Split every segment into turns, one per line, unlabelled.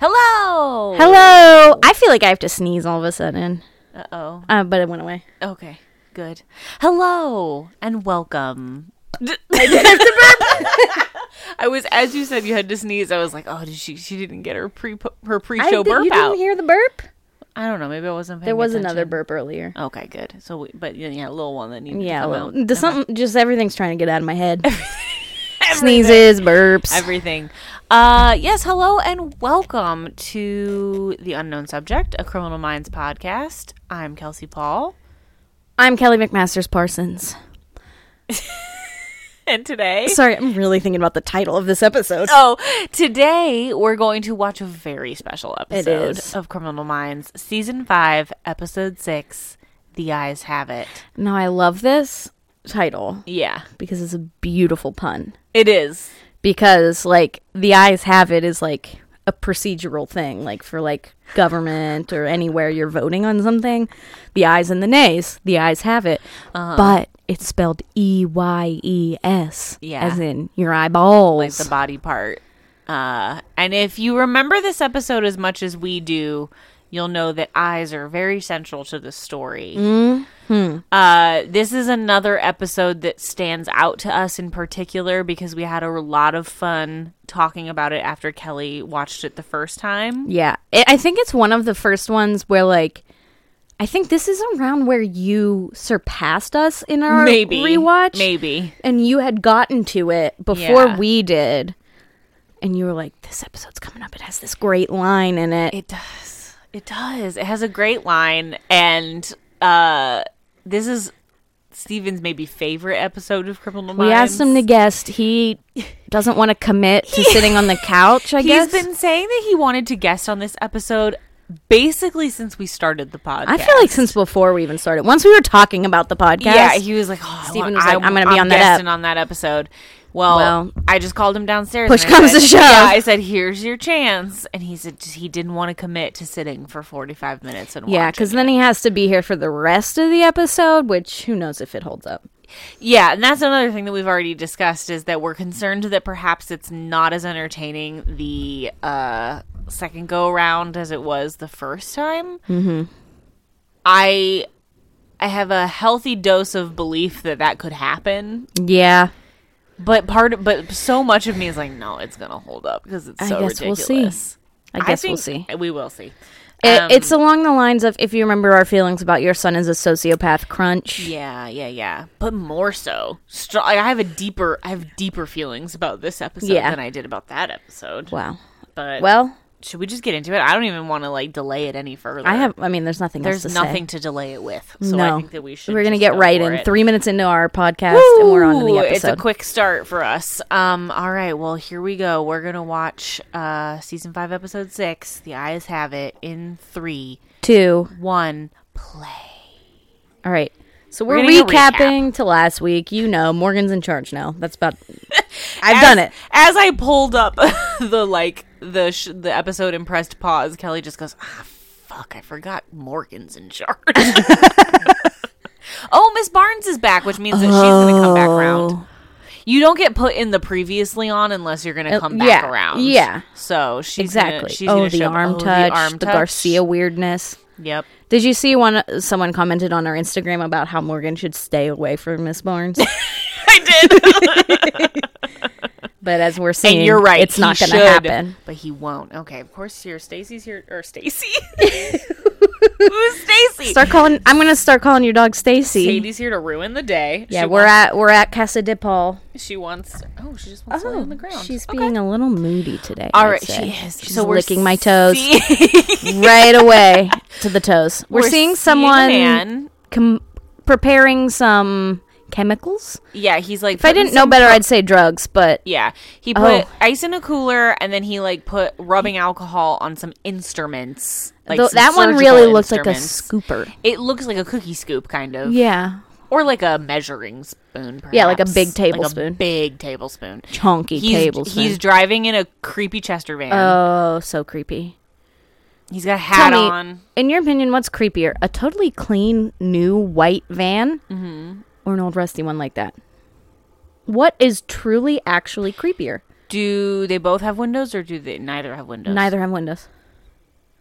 Hello.
Hello. I feel like I have to sneeze all of a sudden,
Uh oh.
uh, but it went away.
Okay. Good. Hello and welcome. I was, as you said, you had to sneeze. I was like, oh, did she? She didn't get her pre her pre
I
show
did-
burp
you
out.
didn't hear the burp?
I don't know. Maybe I wasn't. Paying
There was
attention. Oh,
another burp earlier.
Okay, good. So, we, but yeah, yeah, a little one that needed
yeah,
to come
well,
out.
the something just everything's trying to get out of my head.
Everything.
Sneezes, burps.
everything. Uh, yes, hello and welcome to The Unknown Subject, a Criminal Minds podcast. I'm Kelsey Paul,
I'm Kelly McMaster's Parsons.
and today,
Sorry, I'm really thinking about the title of this episode.
oh, today we're going to watch a very special episode
is.
of Criminal Minds, season 5, episode 6, The Eyes Have It.
Now I love this title
Yeah,
because it's a beautiful pun.
it is.
Because like the eyes have it is like a procedural thing, like for like government or anywhere you're voting on something, the eyes and the nays, the eyes have it.
Uh-huh.
But it's spelled E Y E S,
Yeah.
as in your eyeballs.
like the body part. Uh, and if you remember this episode as much as we do, you'll know that eyes are very central to the story. Uh, this is another episode that stands out to us in particular because we had a lot of fun talking about it after Kelly watched it the first time.
Yeah. I I think it's one of the first ones where, like, I think this is around where you surpassed us in our
Maybe
rewatch.
Maybe.
And you had gotten to it before
Yeah.
we did. And you were like, this episode's coming up. It has this great line in it.
It does. It does. It has a great line, and uh, this is Steven's maybe favorite episode of Criminal Minds.
we asked him to guess. He doesn't want to commit to sitting on the couch, I guess.
He's been saying that he wanted to guest on this episode basically since we started the podcast.
I feel like since before we even started, once we were talking about the podcast,
yeah, he was like, oh,
Steven
Steven
was like,
I,
"I'm gonna be
am
on that ep."
guesting on that episode. Well,
Well,
I just called him downstairs.
push
and I
comes
said-
to shove.
Yeah, I said, "Here's your chance," and he said he didn't want to commit to sitting for 45 minutes and
yeah,
watching
because
it.
then he has to be here for the rest of the episode, which who knows if it holds up.
Yeah, and that's another thing that we've already discussed is that we're concerned that perhaps it's not as entertaining the uh, second go around as it was the first time. Mm-hmm. I I have a healthy dose of belief that that could happen,
Yeah,
but part of, but so much of me is like, no, it's gonna hold up because it's
I
so
guess we'll
ridiculous.
see. I guess we'll
think
see.
We will see.
It,
Um,
it's along the lines of if you remember our feelings about your son is a sociopath crunch.
Yeah, yeah, yeah. But more so, str- I have a deeper, I have deeper feelings about this episode
Yeah.
than I did about that episode.
Wow.
But
Well,
should we just get into it? I don't even want to like delay it any further.
I have. I mean, there's nothing.
There's
else to
nothing to delay it with,
Say.
so I
no,
think that we should.
We're gonna
just
get
go
right
for
in
it.
three minutes into our podcast, and we're on to the
Ooh,
episode.
It's a quick start for us. Um, all right, well, here we go. We're gonna watch uh season five, episode six. The eyes have it in three,
Two.
one, play.
All right. So we're,
gonna do a recap.
recapping to last week. You know, Morgan's in charge now. That's about. I've done it.
As I pulled up the like the sh- the episode and pressed pause, Kelly just goes, "Ah, fuck! I forgot Morgan's in charge." oh, Miss Barnes is back, which means that she's going to come back around. You don't get put in the previously on unless you're going to come back
yeah,
around.
yeah.
So she's gonna-
Exactly.
she's
oh,
gonna
the
show-
arm
oh,
touch, the,
arm touch.
Garcia weirdness.
Yep.
Did you see one? Someone commented on our Instagram about how Morgan should stay away from Miss Barnes.
I did.
But as we're seeing,
and you're right.
It's
he
not going to
should,
happen.
But he won't. Okay. Of course, here Stacy's here or Stacy. Who's Stacy?
Start calling. I'm going to start calling your dog Stacy.
Katie's here to ruin the day.
Yeah,
she
we're
wants,
at we're at Casa de Paul.
She wants. Oh, she just wants to lay on the ground.
she's
Okay.
being a little moody today.
All
I'd
right,
say.
she is.
She's
So we're
licking my toes
seeing-
right away to the toes. We're,
we're
seeing
a
someone
man.
com- preparing some chemicals.
Yeah, he's like.
If I didn't know better, I'd say drugs, but
Yeah, he put
Oh.
ice in a cooler, and then he like put rubbing alcohol on some instruments. Like
tho-
some
that one
surgical
really looked like a
instruments.
scooper.
It looks like a cookie scoop, kind of,
Yeah.
or like a measuring spoon. Perhaps.
Yeah, like a big
Like
tablespoon.
big tablespoon.
Chunky
He's,
tablespoon.
He's driving in a creepy Chester van.
oh, so creepy.
he's got a hat
Tell me,
on.
in your opinion, what's creepier? A totally clean, new white van
Mm-hmm.
or an old rusty one like that? What is truly actually creepier?
Do they both have windows, or do they neither have windows?
Neither have windows.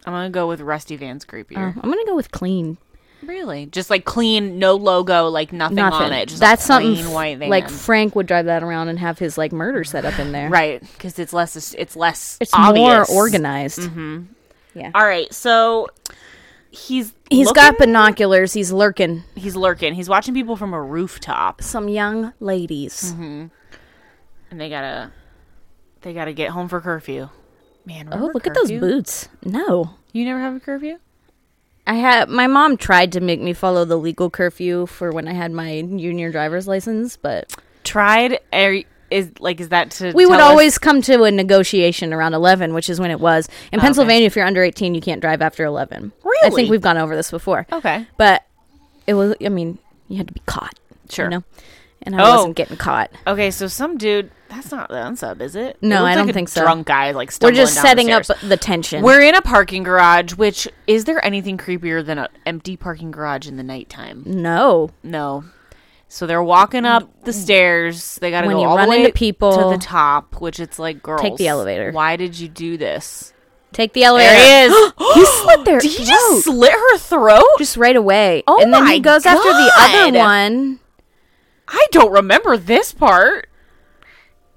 I'm gonna go with Rusty Van's creepier.
Um, I'm going to go with clean.
really, just like clean, no logo, like nothing,
Oh. Nothing.
on it. Just
That's
a
something
plain
f-
white van.
like Frank would drive that around and have his like murder set up in there.
Right, because it's less. It's less.
It's
obvious. Mm-hmm.
more organized.
All right, so he's
He's
looking-
got binoculars. He's lurking.
he's lurking. He's watching people from a rooftop,
Some young ladies.
Mm-hmm. and they gotta they gotta get home for curfew. Man,
Oh,
remember
look at those
curfew?
boots. No.
You never have a curfew.
I had my mom tried to make me follow the legal curfew for when I had my junior driver's license, but
Tried are, is like is that to
we would
tell us-
always come to a negotiation around 11, which is when it was. In Pennsylvania, if you're under 18, you can't drive after 11. I
Oh, Really?
think we've gone over this before.
okay.
But it was I mean, you had to be caught.
Sure.
You know? And I
Oh.
wasn't getting caught.
Okay, so some dude that's not the unsub, is it?
No,
It looked
I don't
like a
think so.
Drunk guy like
We're
stumbling
just
down the
setting up
stairs.
the tension.
We're in a parking garage. Which is there anything creepier than an empty parking garage in the nighttime?
no.
No. So they're walking up the stairs. They got to
When
go
you
all
run
the way
into people-
to the top, which it's like, girls,
elevator.
Why did you do this?
Take the elevator.
There he is.
he slit their
did he
throat.
just slit her throat?
just right away.
Oh
and then
my
he goes after the other
God.
one.
I don't remember this part.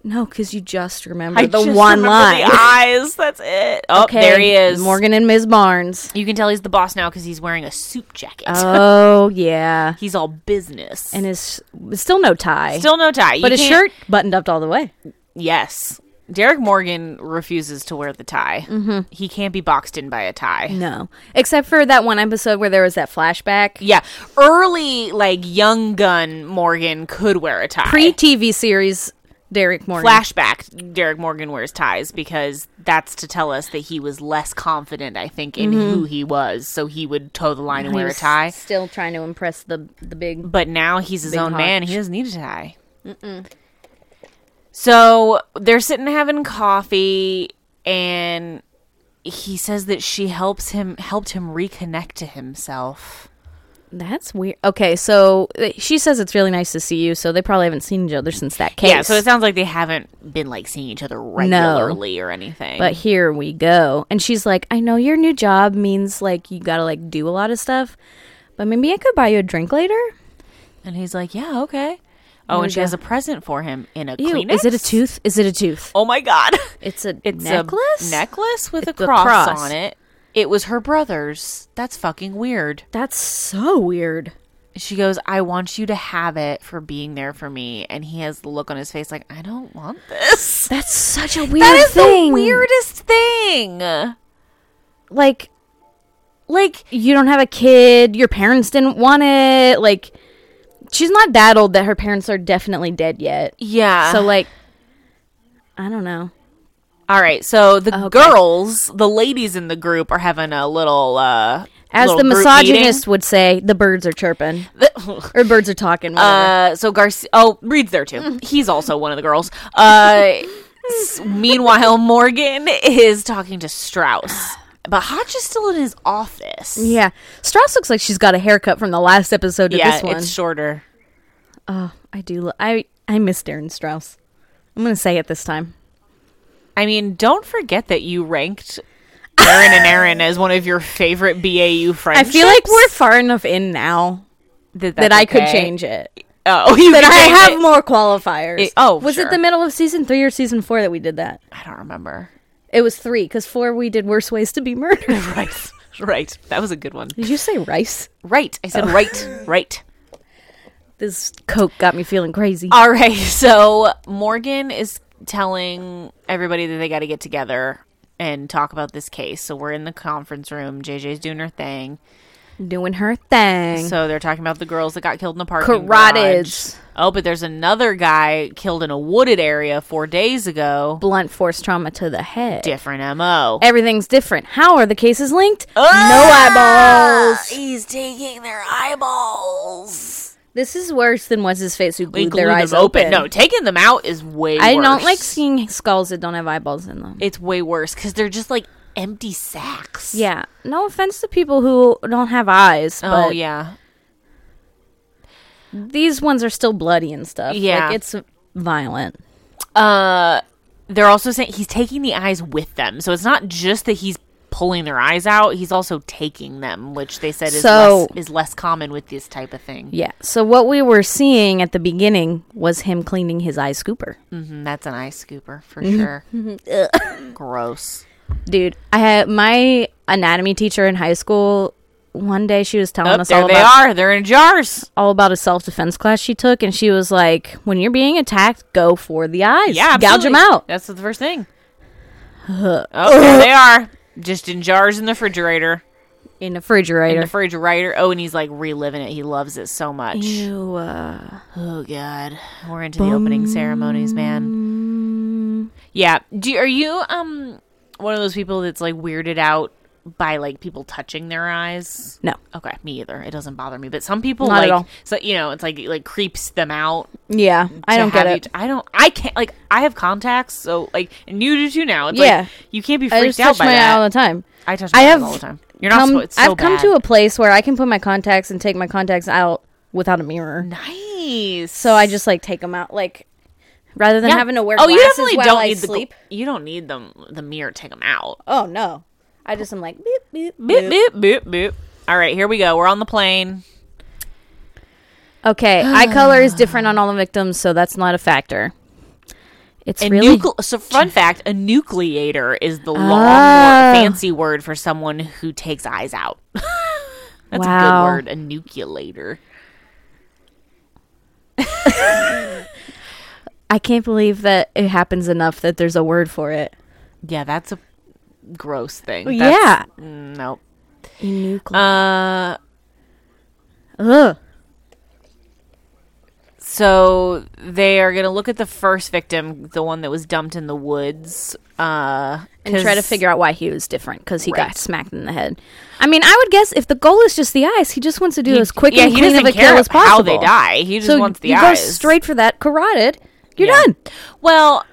No, because you just remember
I
the
just
one
remember
line.
the eyes. That's it. Oh, there he is.
Morgan and Ms. Barnes.
You can tell he's the boss now because he's wearing a suit jacket.
Oh yeah,
he's all business.
and his still no tie,
Still no tie. You
but his
can't-
shirt buttoned up all the way.
Yes. Derek Morgan refuses to wear the tie.
Mm-hmm.
He can't be boxed in by a tie.
No, except for that one episode where there was that flashback.
Yeah, early like young gun Morgan could wear a tie.
Pre TV series, Derek Morgan.
flashback, Derek Morgan wears ties because that's to tell us that he was less confident, I think, in
Mm-hmm.
who he was, so he would toe the line and
He
wear a
was
tie.
Still trying to impress the the big.
But now he's his
Big
own man; he doesn't need a tie. So they're sitting having coffee, and he says that she helps him helped him reconnect to himself.
That's weird. Okay, so uh, she says it's really nice to see you. So they probably haven't seen each other since that case.
Yeah, so it sounds like they haven't been like seeing each other regularly or anything.
but here we go. And she's like, I know your new job means like you gotta like do a lot of stuff, but maybe I could buy you a drink later.
And he's like, "Yeah, okay." Oh, and she has a present for him in a
Ew,
Kleenex.
is it a tooth? Is it a tooth?
Oh my god!
It's a
It's
necklace.
a necklace with a
It's a
cross,
cross.
on it. It was her brother's. That's fucking weird.
That's so weird.
She goes, "I want you to have it for being there for me," and he has the look on his face like, "I don't want this."
That's such a weird
That is
thing.
the weirdest thing.
Like
Like,
you don't have a kid. Your parents didn't want it. Like she's not that old that her parents are definitely dead yet.
yeah.
So like, I don't know.
all right. So the
Okay.
girls, the ladies in the group, are having a little. uh
As
little
the
group
misogynist would say, the birds are chirping
meeting.
or birds are talking. Whatever.
Uh, so Garcia. Oh, Reed's there
Mm.
too. He's also one of the girls. Uh, s- meanwhile, Morgan is talking to Strauss, but Hotch is still in his office.
yeah, Strauss looks like she's got a haircut from the last episode of
Yeah,
this one.
it's shorter.
oh, I do. Lo- I I miss Darren Strauss. I'm gonna say it this time.
I mean, don't forget that you ranked Aaron and Aaron as one of your favorite BAU
I
friendships.
feel like we're far enough in now that
that's
I could
okay.
change it.
Oh, you
That
could
I
change
have
it.
more qualifiers.
It- oh,
was
sure.
it the middle of season three or season four that we did that?
I don't remember.
It was three because four we did worse ways to be murdered.
Right, right. That was a good one.
did you say rice?
Right, I said right, right.
This coke got me feeling crazy.
All right. So Morgan is telling everybody that they got to get together and talk about this case. So we're in the conference room. JJ's doing her thing.
doing her thing.
So they're talking about the girls that got killed in the parking
Carotids.
garage. Oh, but there's another guy killed in a wooded area four days ago.
Blunt force trauma to the head.
Different mo.
Everything's different. How are the cases linked?
Ah!
No eyeballs.
Uh, He's taking their eyeballs.
This is worse than what's his face who
We
glued
glued
their eyes
them open.
open.
No, taking them out is way.
I don't
worse.
like seeing skulls that don't have eyeballs in them.
It's way worse because they're just like empty sacks.
Yeah. No offense to people who don't have eyes,
Oh
but
yeah.
these ones are still bloody and stuff.
Yeah.
Like, it's violent.
Uh, they're also saying he's taking the eyes with them, so it's not just that he's pulling their eyes out; he's also taking them, which they said is
So-
less, is less common with this type of thing.
Yeah. So what we were seeing at the beginning was him cleaning his eye scooper.
Mhm, that's an eye scooper for
Mm-hmm.
sure. Gross.
Dude, I had my anatomy teacher in high school. One day she was telling
Up
us
there
all
they
about
are. They're in jars.
all about a self defense class she took, and she was like, "When you're being attacked, go for the eyes.
Yeah,
gouge them
absolutely.
out."
That's the first thing. oh, there they are. Just in jars in the refrigerator.
In the
In the
refrigerator.
refrigerator. Oh, and he's like reliving it. He loves it so much.
Ew, uh,
Oh God, we're into the opening ceremonies, man. Yeah. Do you- are you um one of those people that's like weirded out by like people touching their eyes?
no.
Okay, me either. It doesn't bother me, but some people
Not at
like
all.
so you know it's like it, like creeps them out.
Yeah, I
to
don't get
have you
it.
t- I don't. I can't. Like I have contacts, so like and you do too now. It's
Yeah.
like you can't be
I
freaked
just
out
touch
by
my eye all
that.
the time.
I touch my
I have
eyes all the time. You're not.
come-
supposed. so
I've come
bad.
to a place where I can put my contacts and take my contacts out without a mirror.
nice.
So I just like take them out, like rather than
Yeah. Oh,
having to wear glasses while I
need
sleep.
The, gl- you don't need them. The mirror take them out.
oh no, I just am like beep beep
Boop boop boop boop. All right, here we go. We're on the plane.
Okay, eye color is different on all the victims, so that's not a factor. It's
A
really
nucle- so fun fact: a nucleator is the long,
Oh.
word, fancy word for someone who takes eyes out. That's
Wow.
a good word. A nucleator.
I can't believe that it happens enough that there's a word for it.
Yeah, that's a gross thing.
Well,
That's- mm, Nope.
Enucle.
Uh,
Uh, Ugh.
so they are gonna look at the first victim, the one that was dumped in the woods, uh,
And try to
'cause-
figure out why he was different because he
Right.
got smacked in the head. I mean, I would guess if the goal is just the eyes, he just wants to do as quick
yeah,
and
he
clean of
doesn't
a
care
kill as possible.
how they die. He just
so
wants the
you
eyes.
go straight for that carotid. You're
Yeah.
done.
Well,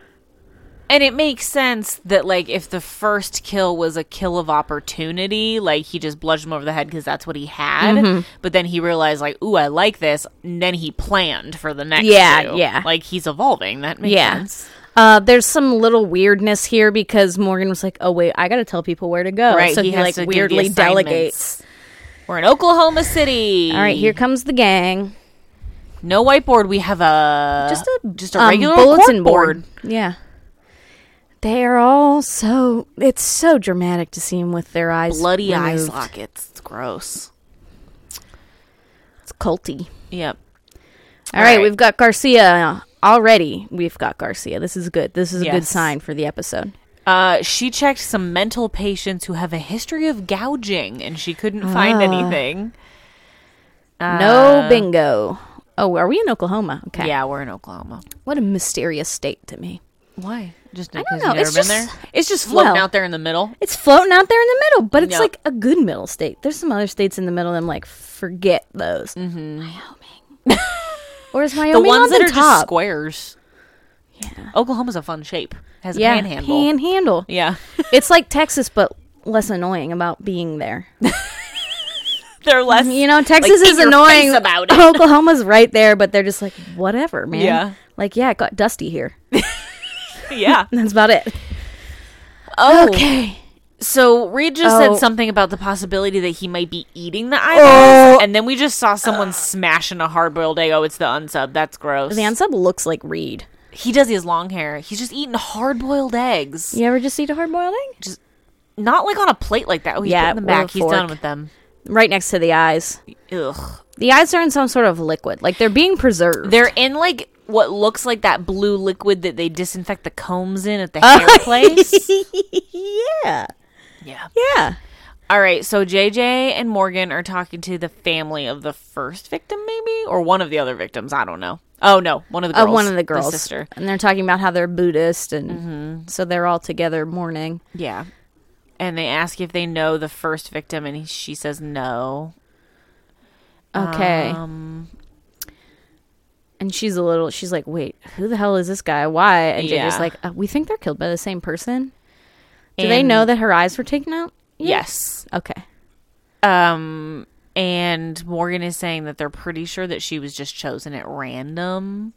and it makes sense that like if the first kill was a kill of opportunity, like he just bludgeoned him over the head because that's what he had.
Mm-hmm.
But then he realized like, ooh, I like this. And then he planned for the next.
Yeah,
two.
yeah.
Like he's evolving. That makes
Yeah.
sense.
Uh, there's some little weirdness here because Morgan was like, "Oh wait, I gotta tell people where to go."
Right.
Oh, So
he
he,
has
like
to give the
weirdly
assignments.
delegates.
We're in Oklahoma City.
All right, here comes the gang.
No whiteboard. We have a
Just a
Uh, just a
um,
regular cork board.
Yeah. They are all so. It's so dramatic to see them with their eyes
Bloody eye
removed.
sockets. It's gross.
It's culty.
Yep.
All right,
right.
we've got Garcia already. We've got Garcia. This is good. This is a good
Yes.
sign for the episode.
Uh, she checked some mental patients who have a history of gouging, and she couldn't find anything.
no bingo. Oh, are we in Oklahoma? Okay.
Uh, Yeah, we're in Oklahoma.
What a mysterious state to me.
Why? Just
don't
because you've
know.
never
It's
been there.
just-
It's just floating
well-
out there in the middle.
It's floating out there in the middle, but it's
Yep.
like a good middle state. There's some other states in the middle. that I'm like, forget those. Wyoming. or is Wyoming
Mm-hmm. The ones
on
that
the
are just
top?
squares. Yeah. Oklahoma's a fun shape. Has a
yeah,
panhandle.
panhandle.
yeah.
it's like Texas, but less annoying about being there.
They're less.
You know, Texas
in
is
your
annoying
face about it.
Oklahoma's right there, but they're just like, whatever, man.
Yeah.
Like, yeah, it got dusty here.
yeah.
That's about it.
Oh.
Okay.
So Reed just
Oh.
said something about the possibility that he might be eating the eyeballs, and then we just saw someone smashing a hard-boiled egg. Oh, it's the unsub. That's gross.
The unsub looks like Reed.
He does. He has long hair. He's just eating hard boiled eggs.
You ever just eat a hard boiled egg?
Not like on a plate like that. Oh, he's
Yeah,
putting them
or a
back. He's done
fork.
with them.
Right next to the eyes.
Ugh.
The eyes are in some sort of liquid. Like they're being preserved.
They're in like what looks like that blue liquid that they disinfect the combs in at the hair place.
yeah.
Yeah.
Yeah.
All All right, so JJ and Morgan are talking to the family of the first victim, maybe, or one of the other victims. I don't know. Oh no, one of the
Uh,
girls,
one of the girls,
sister. Mm-hmm.
and they're talking about how they're Buddhist, and so they're all together mourning.
Yeah, and they ask if they know the first victim, and he, she says no.
Okay,
Um,
and she's a little. She's like, "Wait, who the hell is this guy? Why?" And JJ's
Yeah.
like, uh, "We think they're killed by the same person." Do they know
and-
that her eyes were taken out?
Yes.
Okay.
Um, and Morgan is saying that they're pretty sure that she was just chosen at random.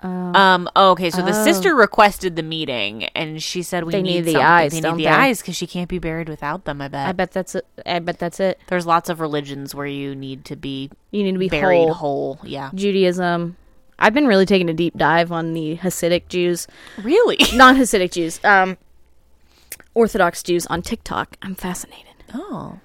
Oh.
um. Okay. So the sister requested the meeting, and she said we
They
need,
need the
something.
eyes,
They need
don't
the
they?
eyes because she can't be buried without them. I bet.
I bet that's it. I bet that's it.
There's lots of religions where you need to be
You need to be
buried
whole.
whole. Yeah.
Judaism. I've been really taking a deep dive on the Hasidic Jews,
Really?
non-Hasidic Jews, um, Orthodox Jews on TikTok. I'm fascinated.
Oh.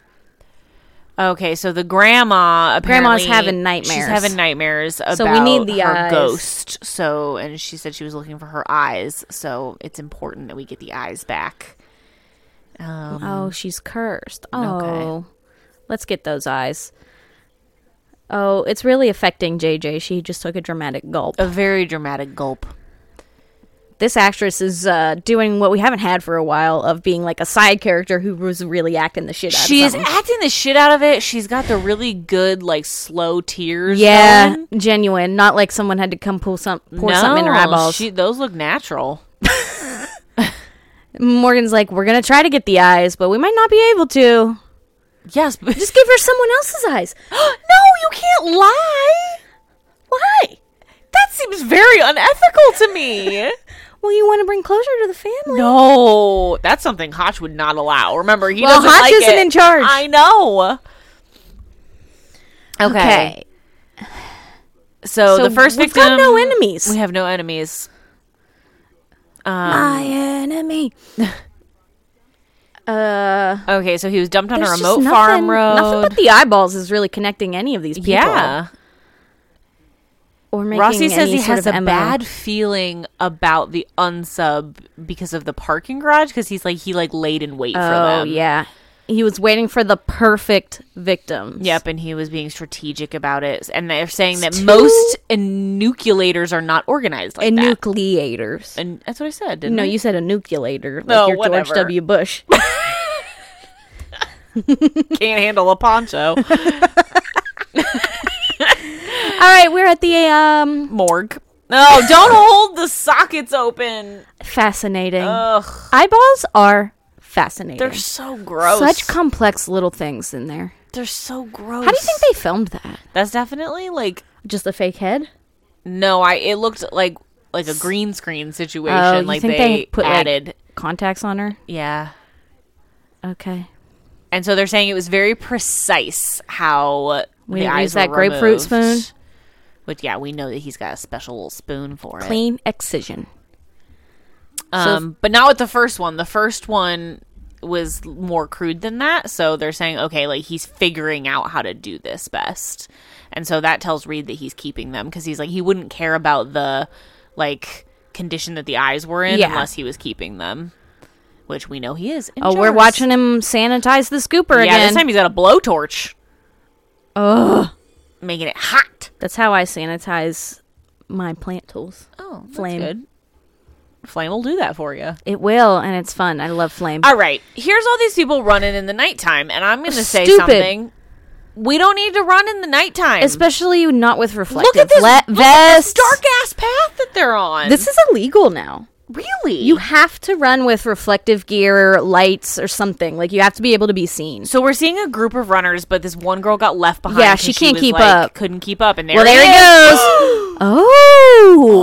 Okay, so the grandma
Grandma's
apparently-
having nightmares.
She's having nightmares about
we need the
her
eyes.
ghost. So, and she said she was looking for her eyes. So it's important that we get the eyes back. Um,
Oh, she's cursed. Oh, let's get those eyes. Oh, it's really affecting JJ. She just took a dramatic gulp.
a very dramatic gulp.
This actress is uh, doing what we haven't had for a while of being like a side character who was really acting the shit out
She
of
is
something.
acting the shit out of it. She's got the really good, like slow tears.
Yeah,
going.
genuine. Not like someone had to come pull some pour something in her
No,
eyeballs.
she- those look natural.
Morgan's like, we're gonna try to get the eyes, but we might not be able to.
Yes, but
Just give her someone else's eyes.
no, you can't lie.
Why?
That seems very unethical to me.
Well, you want to bring closure to the family.
no, that's something Hotch would not allow. Remember, he
Well,
doesn't
Hotch
like
isn't
it.
in charge.
I know. Okay.
Okay.
So,
So
the first
we've
victim.
got no enemies.
We have no enemies. Um,
My enemy. uh,
Okay, so he was dumped on
there's
a
just
remote
nothing,
farm road.
Nothing but the eyeballs is really connecting any of these people.
yeah.
Or making
Rossi says
any
he
sort
has a
of MO.
bad feeling about the unsub because of the parking garage because he's like he like laid in wait for them.
Oh yeah. He was waiting for the perfect victim.
Yep, and he was being strategic about it. And they're saying that
Too-
most enucleators are not organized like that.
Enucleators.
And that's what I said, didn't
No,
I?
you said enucleator. Like
No,
you're
whatever.
George W. Bush.
can't handle a poncho.
All right, we're at the um
Morgue. No, don't hold the sockets open.
fascinating.
Ugh,
Eyeballs are fascinating.
they're so gross.
Such complex little things in there.
they're so gross.
How do you think they filmed that?
That's definitely like
Just a fake head?
no. I it looked like like a green screen situation.
Oh, you
like they,
think they put, like-
added.
Contacts on her?
yeah.
Okay.
And so they're saying it was very precise how
We
the
didn't
eyes
use that
were
grapefruit
removed.
spoon?
Which yeah, we know that he's got a special little spoon for it.
Clean excision.
Um, but not with the first one. The first one was more crude than that. So they're saying okay, like he's figuring out how to do this best, and so that tells Reed that he's keeping them because he's like he wouldn't care about the like condition that the eyes were in
Yeah.
unless he was keeping them, which we know he is. in
Oh, we're
jars.
watching him sanitize the scooper
Yeah,
again.
this time he's got a blowtorch,
Ugh.
making it hot.
That's how I sanitize my plant tools.
Oh,
Flame.
good. Flame will do that for you.
It will, and it's fun. I love flame.
All right. Here's all these people running in the nighttime, and I'm going to say
Stupid.
something. We don't need to run in the nighttime.
Especially not with
look
reflective
at this,
le-
look at this
vests.
dark ass path that they're on.
This is illegal now.
really
You have to run with reflective gear, lights, or something. Like you have to be able to be seen.
So we're seeing a group of runners, but this one girl got left behind.
Yeah,
'cause
she can't
was,
keep
like,
up.
Couldn't keep up, and there,
well, there he
is.
goes. oh,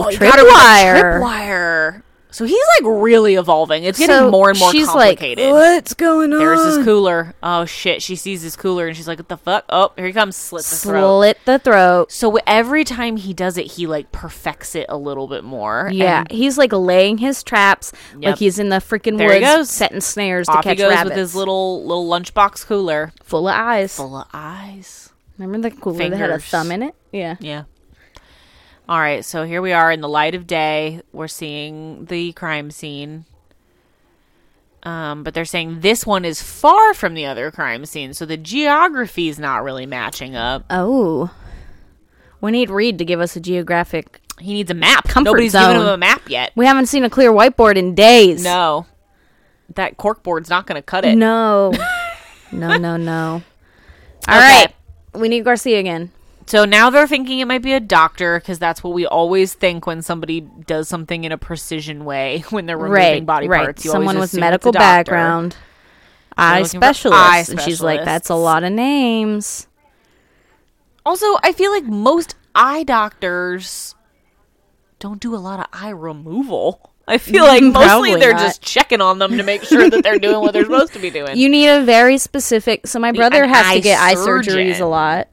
Oh, he got her with a
tripwire.
Tripwire. So he's like really evolving. It's getting more and more
she's
complicated.
Like, What's going on?
There's his cooler. Oh shit! She sees his cooler and she's like, "What the fuck?" Oh, here he comes. Slit the throat.
slit the throat.
So every time he does it, he like perfects it a little bit more.
Yeah,
and
he's like laying his traps,
Yep.
like he's in the freaking
There
woods,
he goes.
setting snares to
off he
catch
goes
rabbits.
with his little little lunchbox cooler
full of eyes.
full of eyes.
Remember the cooler that had a
Fingers.
thumb in it? Yeah.
Yeah. All right, so here we are in the light of day. We're seeing the crime scene. Um, but they're saying this one is far from the other crime scene, so the geography is not really matching up.
Oh. We need Reed to give us a geographic.
He needs a map.
Comfort
Nobody's given
zone.
him a map yet.
We haven't seen a clear whiteboard in days.
No, that corkboard's not going to cut it.
No. no, no, no. All
Okay.
right, We need Garcia again.
So now they're thinking it might be a doctor because that's what we always think when somebody does something in a precision way when they're removing body parts. You always
Someone with
assume it's a
medical
doctor.
background. Eye
looking for eye
specialist. And she's like, that's a lot of names.
Also, I feel like most eye doctors don't do a lot of eye removal. I feel like mostly
Mm, Probably
they're
not.
just checking on them to make sure that they're doing what they're supposed to be doing.
You need a very specific. So my brother
an
has
eye
to get eye surgeries a
surgeon.
lot.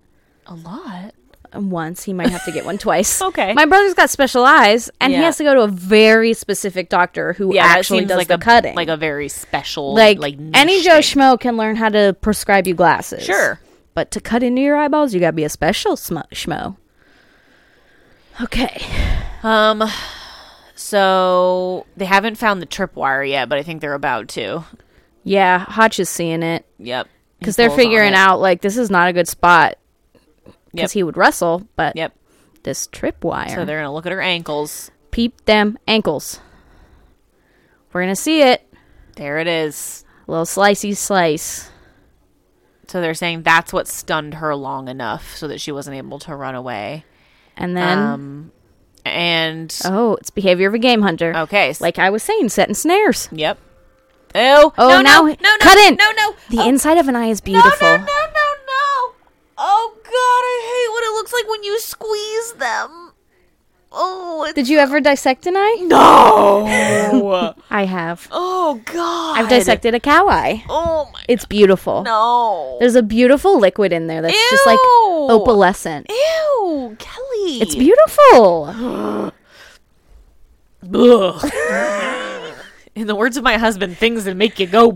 a lot.
Once he might have to get one twice.
Okay.
My brother's got special eyes, and he
Yeah.
has to go to a very specific doctor who
Yeah, that
actually
seems
does
like
the
a
cutting.
like a very special,
like,
like, niche
any Joe
thing.
Schmo can learn how to prescribe you glasses.
Sure.
But to cut into your eyeballs, you gotta be a special sm- schmo. Okay.
Um, so they haven't found the tripwire yet, but I think they're about to.
Yeah, Hotch is seeing it
Yep.
because they're figuring out like this is not a good spot
Yep.
because he would wrestle, but
Yep.
this tripwire.
So they're gonna look at her ankles.
Peep them ankles. We're gonna see it.
There it is.
Little slicey slice.
So they're saying that's what stunned her long enough so that she wasn't able to run away.
And then,
Um, and
oh, it's behavior of a game hunter.
okay, s-
Like I was saying, setting snares.
yep. Oh,
Oh,
no,
now
no, no, no,
cut in.
No, no,
The
oh,
inside of an eye is
no, no,
beautiful.
no, no, no. Oh God, I hate what it looks like when you squeeze them. Oh, it's-
Did you ever dissect an eye?
no.
I have.
oh God,
I've dissected a cow eye.
Oh my,
It's beautiful.
no.
There's a beautiful liquid in there that's just like
Ew.
opalescent.
Ew, Kelly.
It's beautiful.
Ugh. In the words of my husband, things that make you go.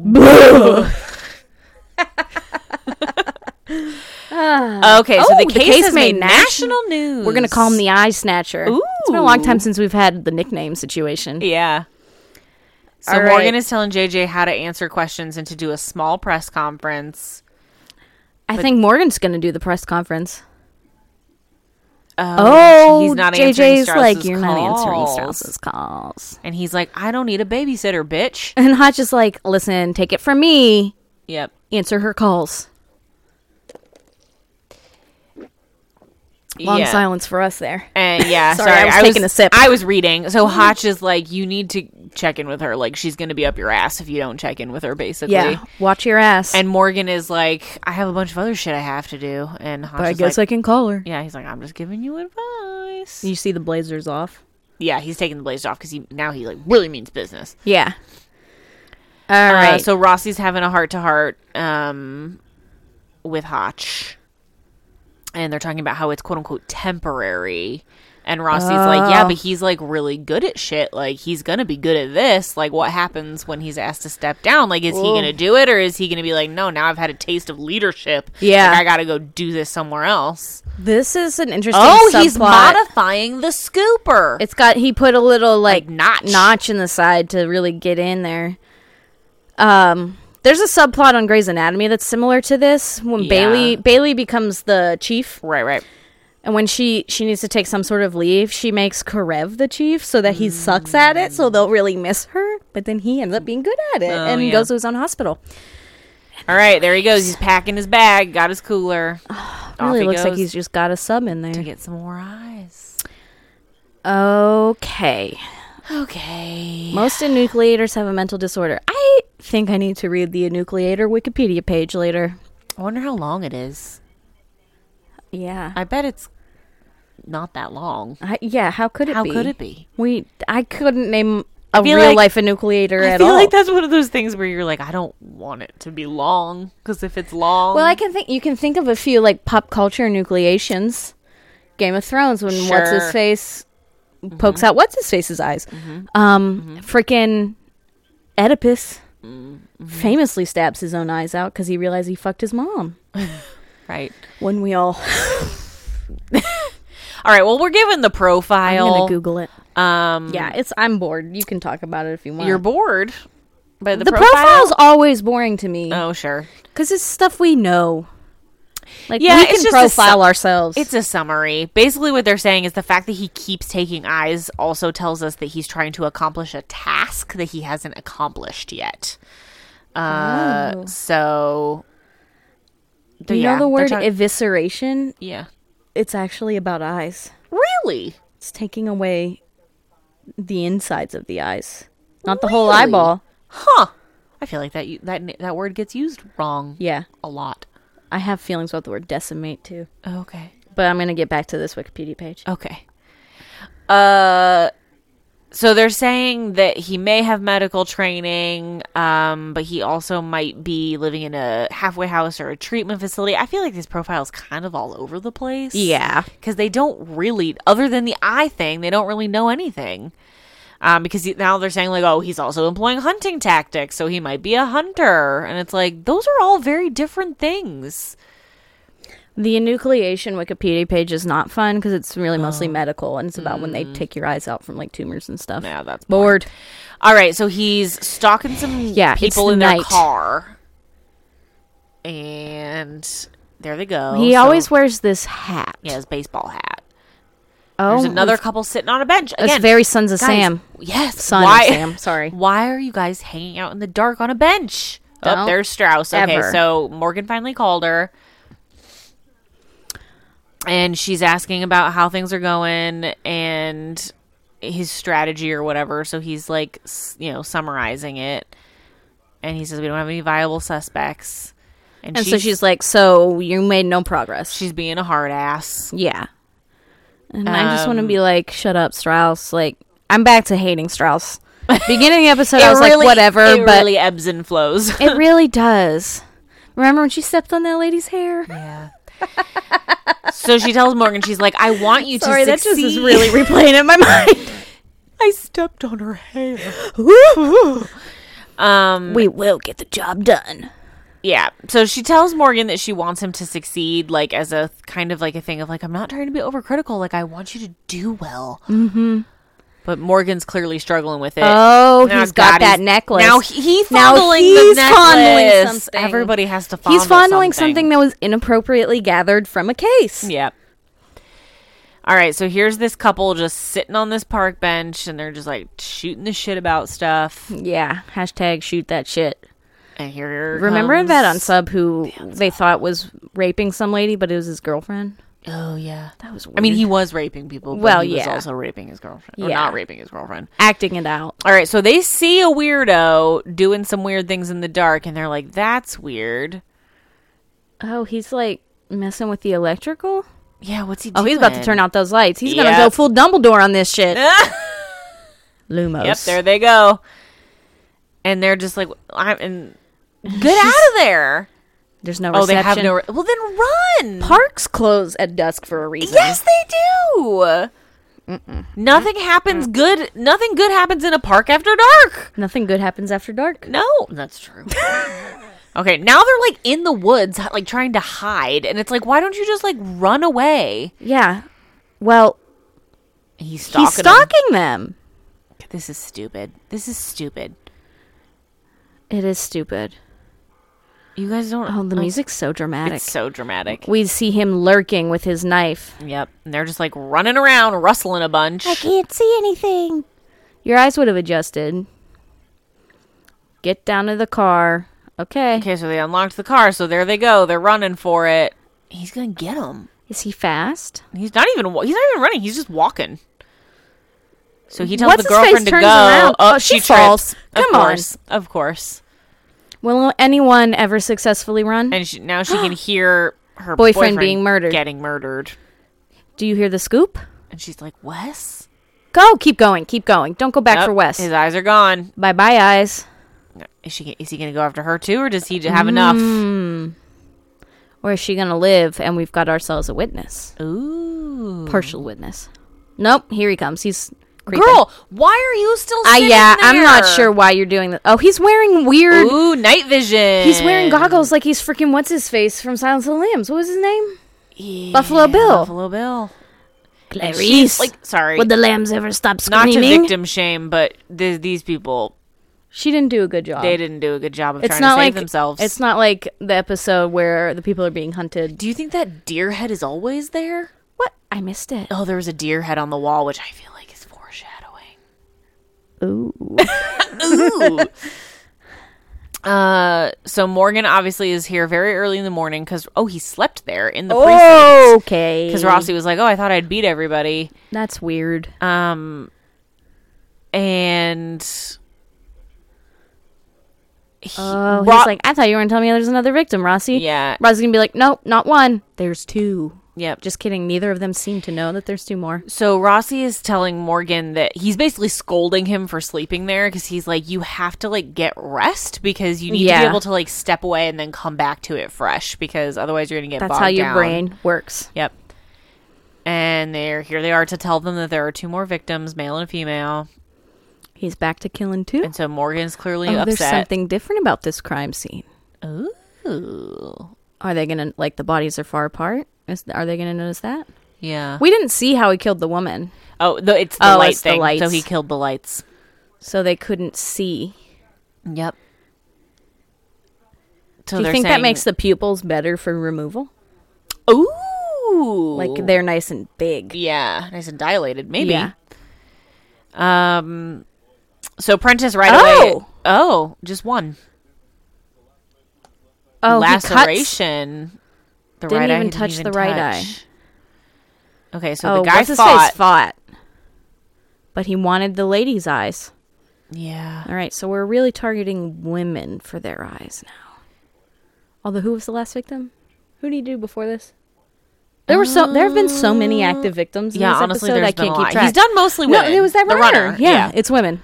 okay, so
Oh,
the, case, has made national news.
We're gonna call him the eye snatcher. It's been a long time since we've had the nickname situation.
Yeah. So
All right.
Morgan is telling JJ how to answer questions and to do a small press conference.
I think Morgan's gonna do the press conference.
Oh, he's not answering
JJ's like
Strauss's
you're not answering
calls."
Strauss's calls,
And he's like, I don't need a babysitter, bitch.
and Hotch is like, listen, take it from me,
Yep.
answer her calls. Long
Yeah.
silence for us there.
And yeah,
Sorry,
sorry,
I was taking a sip.
I was reading. So Hotch is like, you need to check in with her. Like she's gonna be up your ass if you don't check in with her, basically.
Yeah, watch your ass.
And Morgan is like, I have a bunch of other shit I have to do. And Hotch
but I
is
guess
like,
I can call her.
yeah, he's like, I'm just giving you advice.
You see the blazers off.
Yeah, he's taking the blazer off because he now he like really means business.
Yeah. All
Uh,
right.
so Rossi's having a heart to heart um with Hotch. And they're talking about how it's quote unquote temporary. And Rossi's like, Yeah,
Oh.
but he's like really good at shit. Like he's gonna be good at this. Like what happens when he's asked to step down? Like is he gonna do it or is he gonna be like, No, now I've had a taste of leadership.
Yeah.
Like, I gotta go do this somewhere else.
this is an interesting.
Oh, he's
subplot.
modifying the scooper.
It's got he put a little like,
notch.
notch in the side to really get in there. Um, there's a subplot on Grey's Anatomy that's similar to this when
Yeah.
Bailey Bailey becomes the chief,
right, right.
and when she she needs to take some sort of leave, she makes Karev the chief so that he sucks at it, so they'll really miss her. But then he ends up being good at it
Oh,
and
yeah.
goes to his own hospital.
All right, there he goes. He's packing his bag, got his cooler. Off
really
he
looks like
goes.
he's just got a sub in there.
get some more eyes.
Okay.
Okay.
Most enucleators have a mental disorder. I think I need to read the enucleator Wikipedia page later.
I wonder how long it is.
Yeah.
I bet it's not that long.
I, yeah, how could it
How
be?
could it be?
We I couldn't name a
feel
real
like-
life enucleator
I
at
feel
all.
like that's one of those things where you're like, I don't want it to be long because if it's long,
well, I can think you can think of a few like pop culture enucleations. Game of Thrones when what's
Sure.
his
Mm-hmm.
face pokes out what's his face's eyes. Um freaking Oedipus
Mm-hmm.
famously stabs his own eyes out cuz he realized he fucked his mom.
right.
When we all
All right. Well, we're given the
I'm going
profile.
to google it.
Um,
Yeah, it's I'm bored. You can talk about it if you want.
you're bored. But the,
The
profile?
profile's always boring to me
Oh, sure.
because it's stuff we know. Like
Yeah,
we
it's
can
just a
profile
su-
ourselves.
It's a summary. Basically, what they're saying is the fact that he keeps taking eyes also tells us that he's trying to accomplish a task that he hasn't accomplished yet. Uh, So, yeah,
you know
they're
the word
talk-
evisceration.
yeah.
It's actually about eyes.
Really?
It's taking away the insides of the eyes, not the whole
Really?
eyeball.
Huh. I feel like that you- that n- that word gets used wrong
Yeah,
a lot.
I have feelings about the word decimate too.
Okay.
But I'm gonna get back to this Wikipedia page.
Okay. Uh so they're saying that he may have medical training, um, but he also might be living in a halfway house or a treatment facility. I feel like this profile is kind of all over the place.
Yeah.
Because they don't really, other than the eye thing, they don't really know anything. Um, because he- now they're saying, like, oh, he's also employing hunting tactics, so he might be a hunter. And it's like, those are all very different things.
The enucleation Wikipedia page is not fun because it's really mostly medical and it's about when they take your eyes out from like tumors and stuff.
Yeah, that's
bored.
All right, so he's stalking some
Yeah, it's
people
the
in their
night.
car, and there they go.
He
So-
always wears this hat.
yeah his baseball hat.
Oh,
There's another couple sitting on a bench
It's
again.
very Sons of
guys,
Sam.
Yes,
Son of
why,
Sam, sorry.
Why are you guys hanging out in the dark on a bench? Oh,
Don't
there's Strauss. Okay,
ever.
so Morgan finally called her. And she's asking about how things are going and his strategy or whatever. So he's like, s- you know, summarizing it. And he says, We don't have any viable suspects.
And so she's like, "So you made no progress."
she's being a hard ass.
yeah. And I just want to be like, "Shut up, Strauss." Like, I'm back to hating Strauss. Beginning of the episode, I was like, "Whatever,"
it
but
really ebbs and flows.
it really does. Remember when she stepped on that lady's hair?
Yeah. so she tells Morgan, she's like, I want you
Sorry,
to
that just
succeed.
is really replaying in my mind.
I stepped on her hair. Um,
we will get the job done.
yeah. So she tells Morgan that she wants him to succeed, like as a kind of like a thing of like, I'm not trying to be overcritical. Like I want you to do well. Mm-hmm. But Morgan's clearly struggling with it.
Oh,
Now,
he's got
God,
that
he's-
necklace.
Now he- he's
Now
fondling
he's
the necklace.
fondling something.
Everybody has to fondle
He's fondling something. that was inappropriately gathered from a case.
Yeah. All right, so here's this couple just sitting on this park bench and they're just like shooting the shit about stuff.
Yeah. Hashtag shoot that shit.
And here
Remember
comes-
that unsub who they thought was raping some lady, but it was his girlfriend?
Oh yeah. That
was
I mean, he was raping people, but
Well,
he was
yeah.
also raping his girlfriend. Or
Yeah.
not raping his girlfriend.
Acting it out.
All right, so they see a weirdo doing some weird things in the dark and they're like, "That's weird."
Oh, he's like messing with the electrical?
Yeah, what's he doing?
Oh, he's about to turn out those lights. He's going
Yep.
to go full Dumbledore on this shit. Lumos.
Yep, there they go. And they're just like, "I'm and get out of there."
There's no
Oh,
reception.
they have no. re- well, then run.
Parks close at dusk for a reason.
Yes, they do. Nothing happens good. Nothing good happens in a park after dark.
Nothing good happens after dark.
No, that's true. okay, now they're like in the woods, h- like trying to hide, and it's like, why don't you just like run away?
Yeah. Well,
He's stalking.
he's stalking them.
them. This is stupid. This is stupid.
It is stupid.
You guys don't.
Oh, the music's so dramatic.
It's so dramatic.
we see him lurking with his knife.
Yep, and they're just like running around, rustling a bunch.
can't see anything. Your eyes would have adjusted. Get down to the car. Okay.
Okay, so they unlocked the car, so there they go. They're running for it. He's gonna get him.
Is he fast?
He's not even. wa- He's not even running. He's just walking. So he tells
What's
the
his face
girlfriend to go.
turns around?
Oh,
Oh,
she,
she
trips.
falls.
Of
Come on.
course, of course.
Will anyone ever successfully run?
And she, now she can hear her
Boyfriend being murdered.
getting murdered,
Do you hear the scoop?
and she's like, "Wes,
Go. Keep going. Keep going. Don't go back
Nope,
for Wes.
His eyes are gone.
Bye bye, eyes.
Is she? Is he going to go after her too, or does he j- have
Mm.
enough?
Or is she going to live and we've got ourselves a witness?
Ooh,
Partial witness. Nope, here he comes. He's creeping.
girl, why are you still?
Uh,
Sitting
yeah, I'm not
there?
sure why you're doing that. Oh, he's wearing weird.
Ooh, night vision.
He's wearing goggles like he's freaking what's his face from Silence of the Lambs. What was his name? Buffalo
Yeah,
Bill.
Buffalo Bill.
Clarice.
she's like- sorry.
Would the lambs ever stop
Not to
screaming?
victim shame, but th- these people
She didn't do a good job.
They didn't do a good job of
it's
trying
not
to save
like
themselves.
It's not like the episode where the people are being hunted.
do you think that deer head is always there?
What? I missed it.
Oh, there was a deer head on the wall, which I feel like is foreshadowing.
Ooh.
Ooh. uh, so Morgan obviously is here very early in the morning because oh, he slept there in
Oh.
the precinct
okay.
because Rossi was like, oh, I thought I'd beat everybody.
That's weird.
Um, and he-
Oh,
Ro-
he's like, I thought you were gonna tell me there's another victim, Rossi.
yeah,
Rossi's gonna be like, nope, not one. There's two.
yep.
Just kidding. Neither of them seem to know that there's two more.
So Rossi is telling Morgan that he's basically scolding him for sleeping there because he's like, you have to like get rest because you need to
Yeah.
be able to like step away and then come back to it fresh because otherwise you're gonna get
That's
bogged
how your
down."
brain works.
Yep. And they're here. They are to tell them that there are two more victims, male and female.
He's back to killing two.
And so Morgan's clearly
Oh, there's
upset.
something different about this crime scene.
Ooh.
Are they gonna like the bodies are far apart? Is, are they gonna notice that?
Yeah.
We didn't see how he killed the woman,
oh, the, it's the
Oh,
light
it's the
thing. So
lights.
he killed the lights.
so they couldn't see.
Yep. So
Do you
they're
think that
saying-
makes the pupils better for removal?
Ooh.
Like they're nice and big.
Yeah, nice and dilated, maybe.
Yeah.
Um, so Prentice right
Oh!
away. Oh, just one
Oh, he cuts-
laceration. The
Didn't
right eye
even
he
touch the right
eye. Okay, so
Oh,
the guy
what's his
fought.
face fought, but he wanted the lady's eyes.
yeah,
All right, so we're really targeting women for their eyes now. Although, who was the last victim? Who did he do before this? There were so there have been so many active victims. In
yeah.
this
Honestly,
episode,
there's
I can't
been a
keep
lot.
track.
He's done mostly
No,
women.
it was that
the
runner. Yeah, it's women.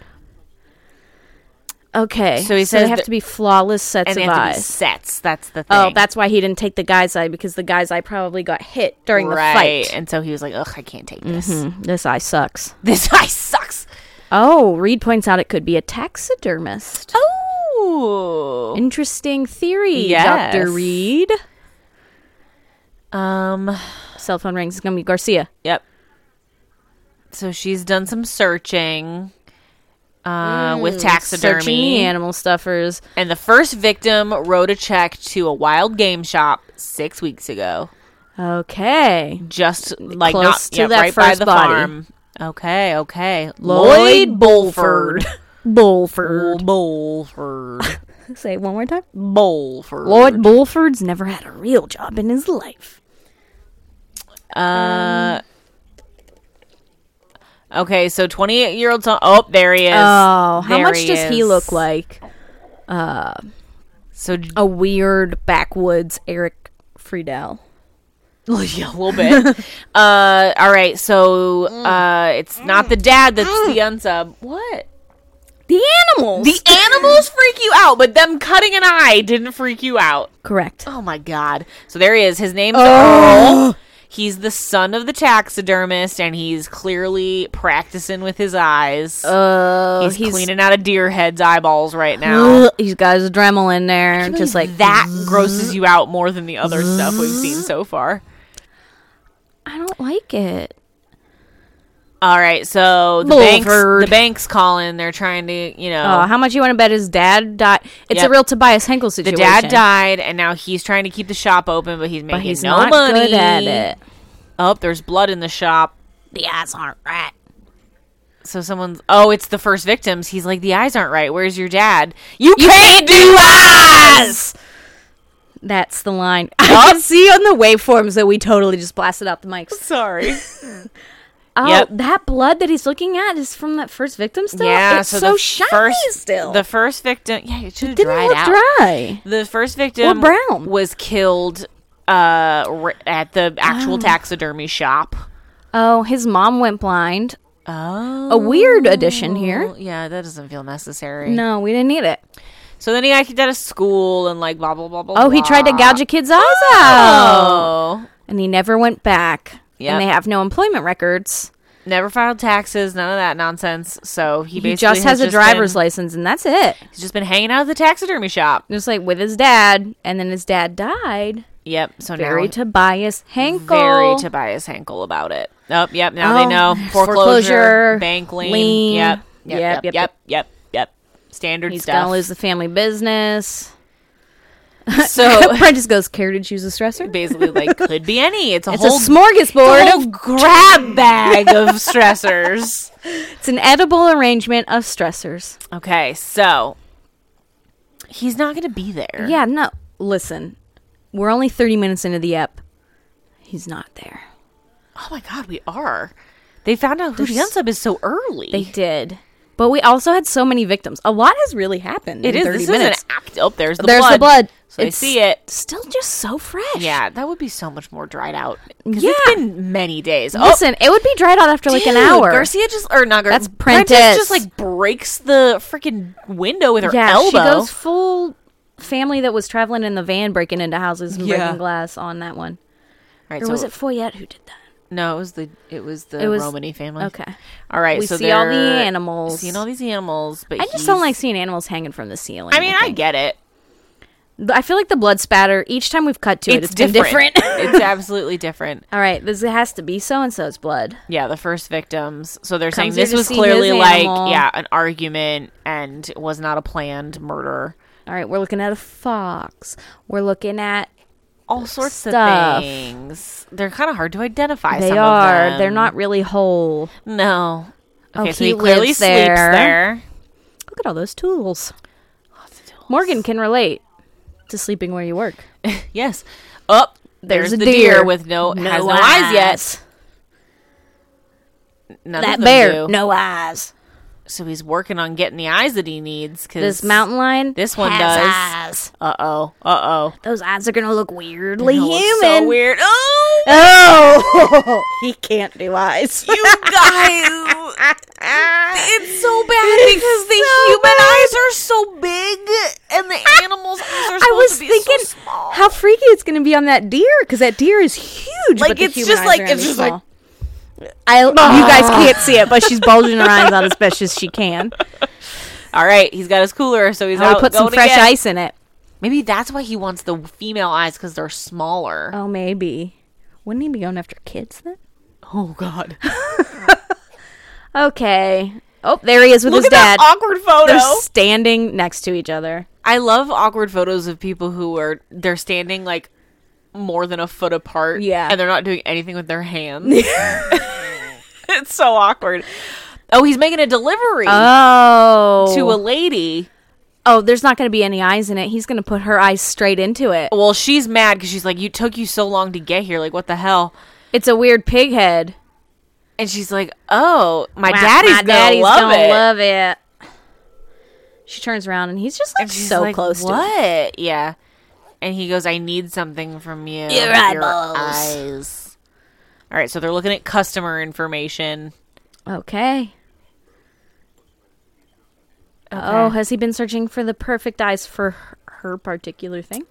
Okay,
So he
they
says
have
that-
to be flawless sets
and they
of
have to be
eyes.
sets. That's the thing.
Oh, that's why he didn't take the guy's eye because the guy's eye probably got hit during
right.
the fight.
And so he was like, "Ugh, I can't take this.
Mm, This eye sucks.
This eye sucks."
Oh, Reed points out it could be a taxidermist.
Oh.
Interesting theory,
Yes.
Dr. Reed.
Um.
Cell phone rings. It's going to be Garcia.
Yep. So she's done some searching uh, with
Mm, Searching the
taxidermy.
animal stuffers.
and the first victim wrote a check to a wild game shop six weeks ago,
Okay.
just like
Close
not
to
yeah,
that
right by
first
the
body.
farm. Okay, okay.
Lloyd
Bulford.
Bulford.
Bulford.
Say it one more time.
Bulford.
Lloyd Bulford's never had a real job in his life.
Uh, okay, so 28 year old son. Oh, there he is.
Oh, how
There
much does he
is.
look like?
So
A weird backwoods Eric Friedel.
Oh, yeah, a little bit. uh, all right, so uh, it's not the dad that's the unsub. What?
The animals.
Mm. The animals freak you out, but them cutting an eye didn't freak you out.
Correct.
Oh my god! So there he is. His name's Earl. He's the son of the taxidermist, and he's clearly practicing with his eyes.
Uh,
he's,
he's
cleaning out a deer head's eyeballs right now.
Ugh, he's got his Dremel in there, just like
that grosses you out more than the other stuff we've seen so far.
I don't like it.
All right, so the banks,
Bulford.
the banks calling. They're trying to, you know,
Oh, how much you want to bet his dad died? It's
Yep.
a real Tobias Henkel situation.
the dad died, and now he's trying to keep the shop open, but he's making
But he's
no
not
money.
good at it.
Oh, there's blood in the shop.
The eyes aren't right.
So someone's oh, it's the first victims. He's like, the eyes aren't right. Where's your dad? You,
You
can't, do eyes.
That's the line. I can see on the waveforms that we totally just blasted out the mics.
Sorry.
Oh,
Yep.
that blood that he's looking at is from that first victim still.
yeah.
it's
so,
so,
the
shiny
first,
still.
The first victim. Yeah, it should have
didn't
dried
look
out.
dry.
The first victim
Or brown.
was killed uh r- at the actual taxidermy shop.
Oh, his mom went blind.
Oh.
A weird addition here.
Yeah, that doesn't feel necessary.
No, we didn't need it.
So then he got kicked out of school and like blah blah blah blah.
Oh, he
blah.
tried to gouge a kid's eyes out.
Oh.
And he never went back.
Yep.
And they have no employment records.
Never filed taxes, none of that nonsense. So he basically
He just has a driver's license and that's it.
He's just been hanging out at the taxidermy shop.
Just like with his dad. And then his dad died.
Yep. So
Very
now
Tobias Henkel.
very Tobias Hankel about it. Oh, yep. Now
Oh,
they know foreclosure,
foreclosure,
bank lien.
lien.
Yep. Yep. Yep.
Yep,
Yep. Yep.
yep,
yep,
yep.
Standard
He's
stuff.
gonna lose the family business.
so
Prentice goes, care to choose a stressor?
basically, like, could be any. It's a
It's a
whole
smorgasbord
whole
of
grab bag of stressors.
It's an edible arrangement of stressors.
Okay, so he's not going to be there.
Yeah, no. Listen, we're only 30 minutes into the ep. He's not there.
Oh my god, we are. They found out who the
There's-
unsub is so early.
They did. But we also had so many victims. A lot has really happened.
it
in
is.
30
This
minutes.
is an act. Oh, there's the
There's
blood.
the blood.
So I
It's
see it.
Still just so fresh.
Yeah, that would be so much more dried out. 'Cause
Yeah.
it's been many days.
Listen, it would be dried out after like an
Oh. dude,
hour.
Garcia just or not. Gar-
That's Prentice.
just like breaks the freaking window with her
yeah,
elbow.
she goes full family that was traveling in the van breaking into houses and
Yeah.
breaking glass on that one.
Right,
Or
so-
was it Foyette who did that?
No, it was the it was the
It was-
Romany family.
Okay.
All right.
We
so
see all the
they're
animals.
Seeing all these animals, but
I just
he's-
don't like seeing animals hanging from the ceiling.
I mean, I get it.
Th- I feel like the blood spatter each time we've cut to it,
It's,
it's been different.
it's absolutely different.
All right, this has to be so and so's blood.
Yeah, the first victims. So they're saying
Comes here
this
to
was
see
clearly
his
like
animal.
yeah, an argument and it was not a planned murder.
All right, we're looking at a fox. We're looking at
All sorts
Stuff.
of things. They're kind of hard to identify.
they
some of
are.
them.
They're not really whole.
No. Okay,
Oh,
so
he
he clearly
lives
sleeps
there.
there.
Look at all those tools. Morgan can relate to sleeping where you work.
Yes. Oh, there's, the deer. with no, has no eyes yet. None of
That
them
bear,
do.
no eyes.
So he's working on getting the eyes that he needs. Cause
This mountain lion,
This one
has
does.
Eyes.
Uh oh. Uh oh.
Those eyes are gonna look weirdly human.
So weird. Oh.
Oh, he can't do eyes.
you guys it's so bad because the human eyes are so big and the animals eyes are supposed
I was
to be
thinking
so small
how freaky it's going to be on that deer because that deer is huge.
Like,
but the
it's
human
just
eyes
like-
are gonna
it's
be
just like- Ah.
small. I, you guys can't see it, but she's bulging her eyes out as best as she can.
all right he's got his cooler so he's
I
out
would put some
going
fresh
again.
ice in it.
maybe that's why he wants the female eyes because they're smaller
Oh, maybe. Wouldn't he be going after kids then?
oh god
Okay. Oh, there he is with
look
his
at
dad.
that awkward photo
They're standing next to each other.
i love awkward photos of people who are they're standing like more than a foot apart
Yeah.
and they're not doing anything with their hands it's so awkward oh he's making a delivery
Oh.
to a lady.
oh, there's not going to be any eyes in it. He's going to put her eyes straight into it.
Well, she's mad because she's like, "You took you so long to get here. Like, what the hell?"
It's a weird pig head.
And she's like, "Oh, my
Wow,
daddy's,
my
gonna, love it.
love it. She turns around and he's just like
And she's
so
like,
close
what?
to
Yeah. And he goes, "I need something from you.
Your eyeballs."
eyes." All right, so they're looking at customer information.
it. Okay. Oh, has he been searching for the perfect eyes for her- her particular thing?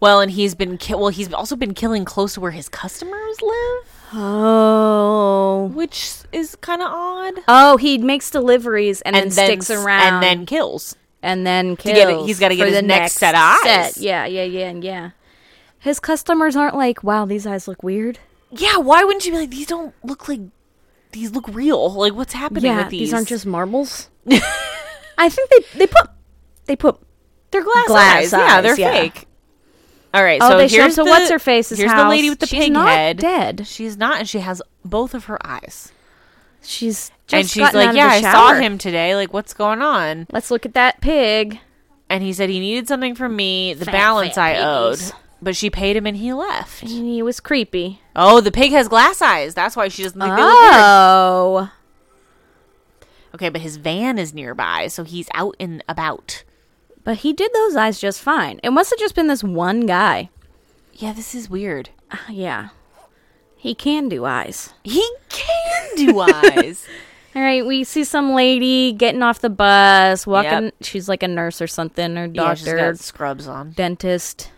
Well, and he's been ki- well. He's also been killing close to where his customers live,
Oh.
which is kind of odd.
Oh, he makes deliveries and, then, sticks
s-
around
and then kills.
and then kills.
get it- he's gotta get
for
his
the
next set of eyes.
Yeah, yeah, yeah, and yeah. His customers aren't like, "Wow, these eyes look weird."
Yeah, why wouldn't you be like these? Don't look like these look real. Like what's happening
Yeah,
with these?
these aren't just marbles. I think they they put they put
they're glass,
glass
eyes. Yeah,
eyes,
they're
yeah.
fake. All right,
Oh,
so
they show up
here's
to
the
what's her face's
Here's the
house.
lady with the
She's
pig
not
head.
dead.
She's not, and she has both of her eyes.
She's just
and she's
gotten out
like,
of
"Yeah,
the
I saw
shower.
him today. Like, what's going on?"
Let's look at that pig.
And he said he needed something from me, the
Fat,
balance
fat
I owed.
piggies.
But she paid him, and he left.
And he was creepy.
Oh, the pig has glass eyes. That's why she doesn't think they look weird.
Oh,
Okay, but his van is nearby, so he's out and about.
but he did those eyes just fine. It must have just been this one guy.
Yeah, this is weird.
Ah, Yeah, he can do eyes.
He can do eyes.
All right, we see some lady getting off the bus, walking.
Yep.
She's like a nurse or something, or
yeah, she's
doctor, or
got scrubs on.
dentist.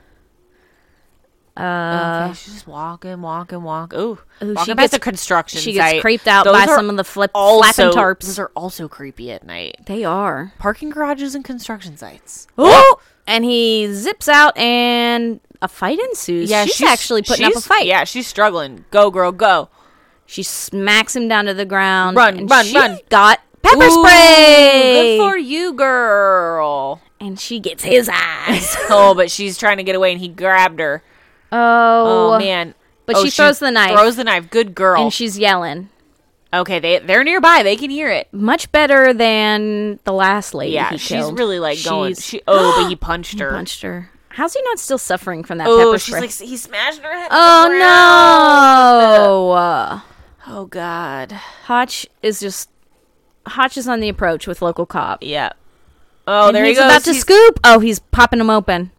okay, she's just walking, walking, walk. Ooh,
uh, Ooh,
walking
she
past
gets-
a construction
She gets
site.
creeped out
Those
by
are
some of the flip
also,
flapping tarps.
Those are also creepy at night.
They are.
Parking garages and construction sites.
Oh! And he zips out, and a fight ensues. she's, actually putting up a
she's-
fight.
Yeah, she's struggling. Go, girl, go.
She smacks him down to the ground.
Run,
and
run,
she
run.
Got pepper
Ooh,
spray.
Good for you, girl.
and she gets his eyes.
oh, but she's trying to get away, and he grabbed her.
oh,
Oh man!
But
Oh,
she throws the knife.
Throws the knife. Good girl.
And she's yelling.
okay, they they're nearby. They can hear it.
Much better than the last lady.
Yeah,
he
she's
killed.
really like going.
She's-
She oh, but he punched her.
punched her. How's he not still suffering from that
oh,
pepper
she's
spray?
like he smashed her head.
oh no! Uh,
no! Oh god!
Hotch is just Hotch is on the approach with local cop.
Yeah. Oh,
And
there
he's
he goes.
About to
He's-
scoop. Oh, he's popping him open.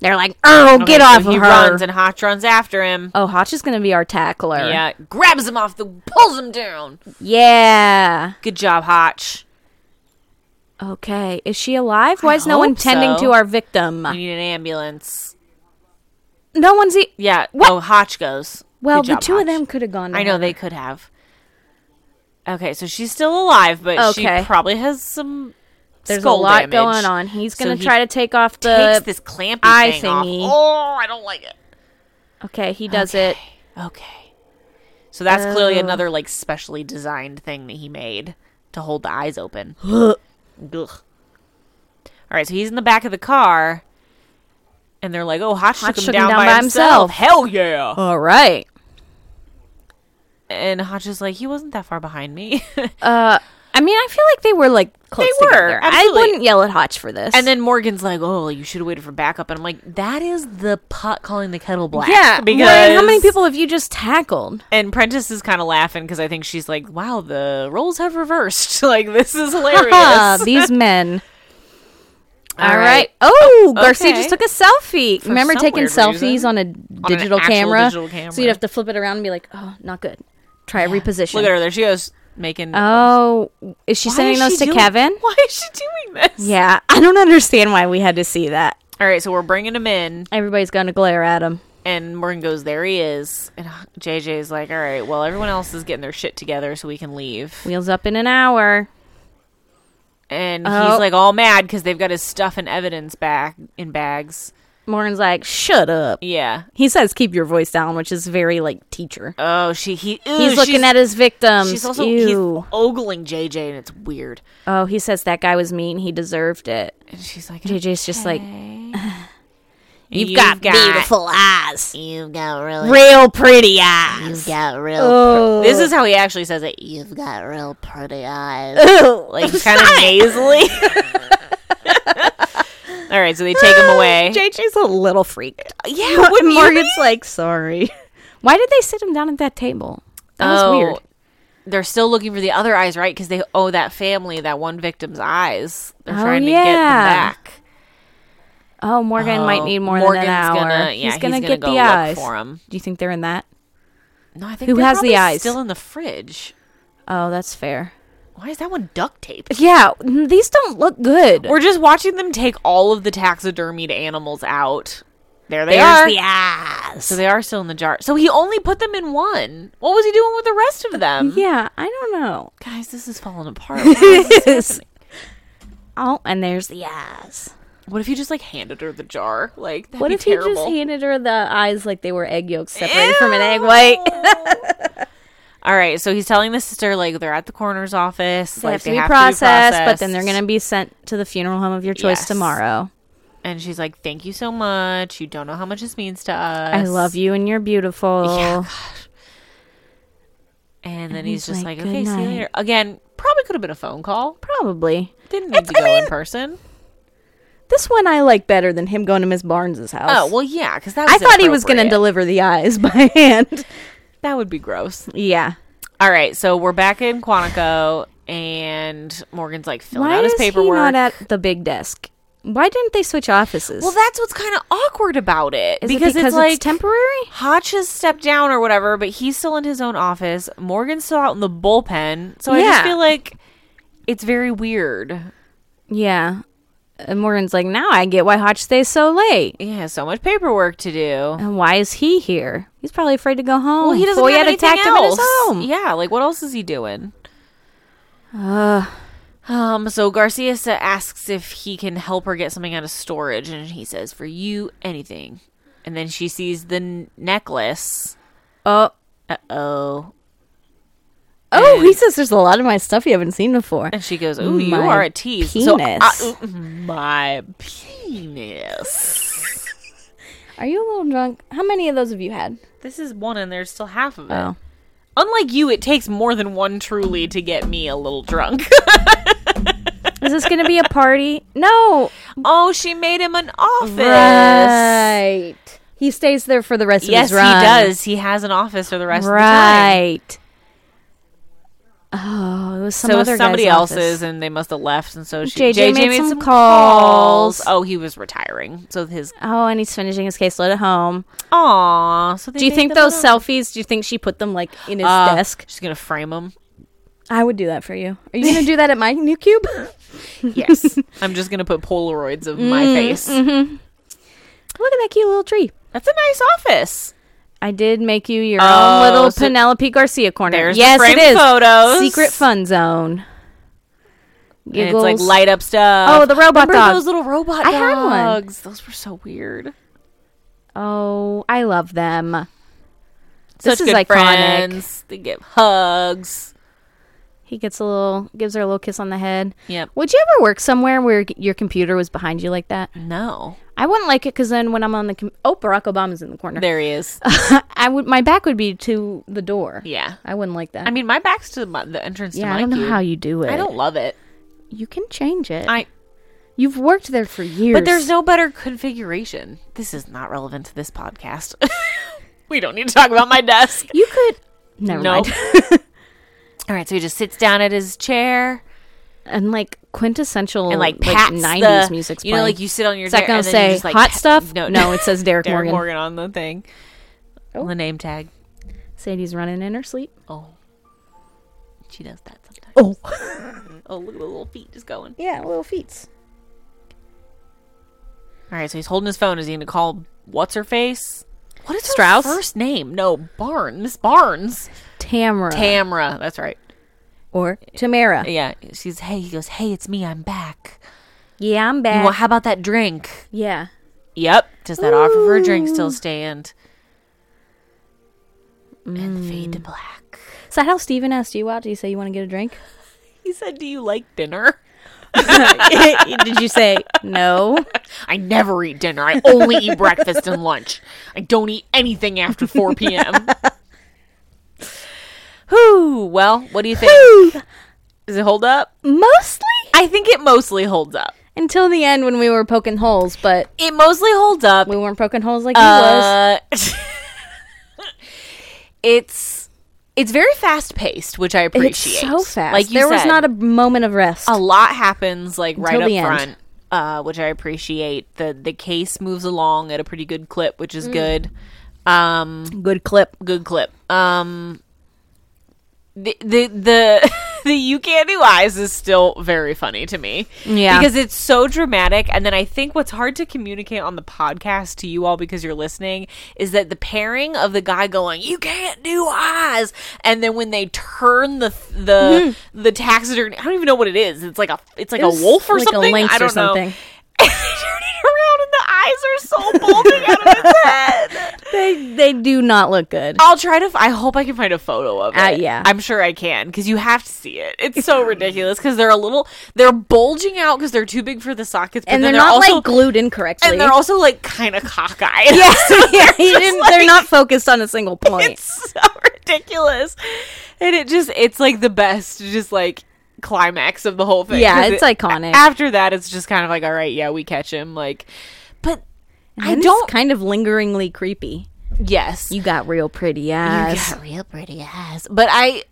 They're like, "Oh,
Okay,
get
so
off of
He
her!"
runs, and Hotch runs after him.
oh, Hotch is gonna be our tackler.
Yeah, grabs him off the, pulls him down.
Yeah.
Good job, Hotch.
Okay. Is she alive? Why is no one
hope
tending
so.
to our victim?
You need an ambulance.
No one's. E-
Yeah.
What?
Oh, Hotch goes.
well,
Good
the
job,
two
Hotch.
of them could have gone. to
I know
her.
they could have. Okay, so she's still alive, but
Okay.
she probably has some.
There's a
skull
lot
damage.
going on. He's
So
gonna
he
try to take off the.
Takes this clampy
eye
thing off.
thingy.
Oh, I don't like it.
okay, he does it.
Okay. So that's clearly
Oh.
another like specially designed thing that he made to hold the eyes open. Ugh. All right, so he's in the back of the car, and they're like, "Oh, Hotch, took him down, by, himself. Hell yeah!"
All right.
And Hotch is like, "He wasn't that far behind me."
Uh, I mean, I feel like they were like close.
They were,
together. I
absolutely.
wouldn't yell at Hotch for this.
and then Morgan's like, "Oh, you should have waited for backup." And I'm like, "That is the pot calling the kettle black."
yeah,
because
Warren, how many people have you just tackled?
And Prentice is kind of laughing because I think she's like, "Wow, the roles have reversed. like this is hilarious."
These men. All right.
right.
Oh, Garcia
okay.
just took a selfie. Remember
some
taking
weird
selfies
reason.
on a
actual
digital, camera?
digital camera.
So you'd have to flip it around and be like, "Oh, not good. Try a reposition."
Look at her. There she goes making.
Oh, is she
Why
sending
is
those
she
to
doing-
Kevin?
Why is she doing this?
Yeah, I don't understand why we had to see that.
All right, so we're bringing him in,
Everybody's going to glare at him.
and Morgan goes, "There he is." And JJ is like, "All right, well, everyone else is getting their shit together, so we can leave."
Wheels up in an hour.
And
Oh.
he's like all mad because they've got his stuff and evidence back in bags.
Morgan's like, "Shut up."
Yeah.
He says, "Keep your voice down," which is very like teacher.
Oh, she he. Ew,
He's looking
she's-
at his victims.
She's also he's
Ew.
ogling JJ, and it's weird.
oh, he says that guy was mean. He deserved it.
And she's like,
JJ's just like,
"You've,
eyes,
You've got really,
real pretty eyes."
you've got real,
Oh,
This is how he actually says it. You
you've got real pretty eyes.
like kind of nasally. All right, so they take him away.
JJ's a little freaked.
yeah,
Morgan's like, "Sorry." Why did they sit him down at that table? That was
Oh.
weird.
They're still looking for the other eyes, right? Because they owe that family, that one victim's eyes. They're
Oh,
trying to get them
yeah.
back.
Oh, Morgan might
Oh,
need more
Morgan's
than an hour.
Gonna, yeah, he's
gonna
gonna
get
go
the
look
eyes.
for him.
Do you think they're in that?
No, I think
Who
they're
has the
probably
eyes?
Still in the fridge.
Oh, that's fair.
Why is that one duct taped?
Yeah, n- these don't look good.
We're just watching them take all of the taxidermied animals out. There they are.
eyes.
so they are still in the jar. So he only put them in one. What was he doing with the rest of them?
Yeah, I don't know.
Guys, this is falling apart. What is this happening?
Oh, and there's the eyes.
What if you just like handed her the jar? Like that'd
What
be
if
terrible.
he just handed her the eyes like they were egg yolks separated from an egg white?
All right, so he's telling the sister like they're at the coroner's office.
They
like
have to
they
be
have
processed,
to be
but then they're
processed.
going to be sent to the funeral home of your choice
Yes.
tomorrow.
And she's like, "Thank you so much. You don't know how much this means to us.
I love you and you're beautiful.
Yeah, gosh. And then he's,
he's
just
like,
like,
"Good
"Okay, see
night."
you later." Again, probably could have been a phone call.
Probably.
Didn't need to
I
go in
mean-
person.
This one I like better than him going to Miss Barnes's house.
Oh well, yeah, because that.
I
Was
thought he was going to
inappropriate.
deliver the eyes by hand.
that would be gross.
Yeah.
All right, so we're back in Quantico, and Morgan's like filling out his paperwork.
he not at the big desk? Why didn't they switch offices?
well, that's what's kind of awkward about it
Is it
because, it's like
temporary.
Hotch has stepped down or whatever, but he's still in his own office. Morgan's still out in the bullpen, so I
Yeah.
just feel like it's very weird.
Yeah. And Morgan's like, now I get why Hotch stays so late.
He has so much paperwork to do.
And why is he here? He's probably afraid to go home.
Well, he doesn't
Boy
have
Mm, had
anything
attacked
else.
him in his home.
Yeah, like what else is he doing? Um, so Garcia sa- asks if he can help her get something out of storage, and he says, "For you, anything." And then she
Uh,
sees the n- necklace.
Oh,
Uh oh.
Oh, he says there's a lot of my stuff you haven't seen before.
And she goes, "Ooh, you
My
are a tease."
penis.
So I, ooh, my penis.
Are you a little drunk? How many of those have you had?
This is one, and there's still half of it.
Oh.
Unlike you, it takes more than one truly to get me a little drunk.
Is this going to be a party? No.
oh, she made him an office.
Right. He stays there for the rest
Yes,
of his
he
run.
does. He has an office for the rest of the time.
Right. Oh, it was some
So
other
somebody
guy's
else's,
office.
and they must have left. And so she,
JJ made some calls.
Oh, he was retiring. So his.
Oh, and he's finishing his caseload at home.
Aw. So they
Do you
made
think
them
those
an-
selfies? Do you think she put them like in his
Uh,
desk?
She's gonna frame him.
I would do that for you. Are you gonna do that at my new cube?
Yes. I'm just gonna put Polaroids of my
Mm-hmm.
face.
Look at that cute little tree.
That's a nice office.
I did make you your
Oh,
own little
so-
Penelope Garcia corner.
There's the
yes,
framed
it is.
photos.
Secret fun zone.
And it's like
Giggles.
light up stuff.
Oh, the robot
Remember
dog.
those little robot
I had one.
dogs. Those were so weird.
oh, I love them.
Such
This is
good
iconic.
friends. They give hugs.
He gets a little, gives her a little kiss on the head.
Yep.
Would you ever work somewhere where g- your computer was behind you like that?
No,
I wouldn't like it because then when I'm on the com- oh, Barack Obama's in the corner.
there he is.
I would, my back would be to the door.
yeah.
I wouldn't like that.
I mean, my back's to my, the entrance to
yeah,
my
I don't know
cube.
how you do it.
I don't love it.
You can change it.
I
You've worked there for years.
but there's no better configuration. This is not relevant to this podcast. we don't need to talk about my desk.
You could. Never
No.
mind.
All right, so he just sits down at his chair
and like quintessential
and like pats
like nineties
the,
music's
You know,
playing.
like you sit on your
Is that
chair
gonna
and then
say
you just, like,
hot
pat-
stuff?
No,
No, it says Derek Morgan. Oh.
on the thing. The name tag.
Sadie's running in her sleep.
Oh, she does that sometimes.
Oh
Oh, look at the little feet just going.
yeah, little feet.
All right, so he's holding his phone. Is he going to call what's her face? What is
Strauss?
her first name? No, Barnes. Miss Barnes.
Tamara
Tamra. That's right.
or Tamara.
Yeah, she's. Hey, he goes. Hey, it's me. I'm back.
Yeah, I'm
You
back.
want- how about that drink?
yeah.
Yep. Does that offer for a drink still stand? And fade to black.
Is that how Steven asked you out? Do you say you want to get a drink?
He said, "Do you like dinner?"
Did you say no?
I never eat dinner. I only eat breakfast and lunch. I don't eat anything after 4 p.m. Whew. Well, what do you think? Does it hold up?
Mostly
I think it mostly holds up.
until the end when we were poking holes, but
It mostly holds up.
we weren't poking holes like he was.
Uh, it's it's very fast paced, which I
It's
appreciate.
so fast.
Like you
there was
said,
not a moment of rest.
a lot happens like right
Until
up
the end.
front, uh, which I appreciate. the The case moves along at a pretty good clip, which is
Mm.
good. Um,
Good clip.
good clip. Um, the the the the you can't do eyes is still very funny to me.
Yeah.
because it's so dramatic, and then I think what's hard to communicate on the podcast to you all because you're listening is that the pairing of the guy going you can't do eyes, and then when they turn the the the taxidermy, I don't even know what it is. It's like a it's like
Hmm. It was
a wolf or
like a
something.
lynx
I
or
don't
something.
know. And they turn it around, and the eyes are so bulging out of his head.
They they do not look good.
I'll try to. F- I hope I can find a photo of it.
Uh, yeah.
I'm sure I can because you have to see it. It's so ridiculous because they're a little. They're bulging out because they're too big for the sockets, but
and
then
they're,
they're,
not
also
like glued in correctly.
and they're also like kind of cockeyed.
yeah, yeah, he
just
didn't-
like-
they're not focused on a single point.
it's so ridiculous, and it just it's like the best, just like climax of the whole thing.
Yeah,
'cause
it's iconic.
After that, it's just kind of like all right, yeah, we catch him. Like, but I
And it's
don't.
kind of lingeringly creepy.
yes,
You got real pretty eyes.
got real pretty ass. But I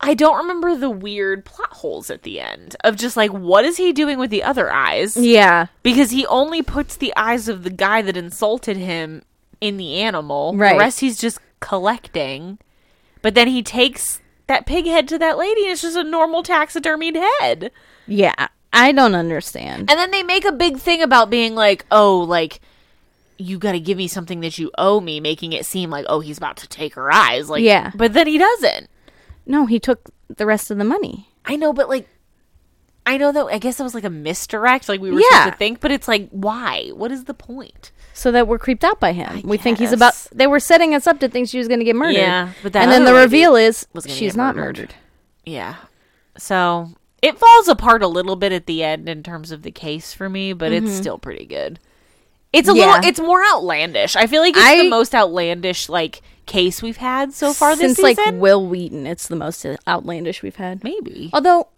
I don't remember the weird plot holes at the end of just like what is he doing with the other eyes?
yeah,
Because he only puts the eyes of the guy that insulted him in the animal.
Right.
The rest he's just collecting. But then he takes that pig head to that lady and it's just a normal taxidermied head.
yeah. I don't understand.
And then they make a big thing about being like, oh, like you got to give me something that you owe me, making it seem like oh he's about to take her eyes. Like
Yeah.
but then he doesn't.
No, he took the rest of the money.
I know, but like I know that I guess that was like a misdirect, like we were
Yeah.
supposed to think, but it's like why? What is the point?
so that we're creeped out by him. we think he's
guess.
about. They were setting us up to think she was going to get murdered.
Yeah, but that
and then
other
the
lady
reveal is
was gonna
she's
get
not
murdered.
murdered.
Yeah. So it falls apart a little bit at the end in terms of the case for me, but it's still pretty good. It's a
Mm-hmm. Yeah.
little it's more outlandish. I feel like it's
I-
the most outlandish like case we've had so far this
Since
season.
like Will Wheaton, it's the most outlandish we've had.
Maybe.
Although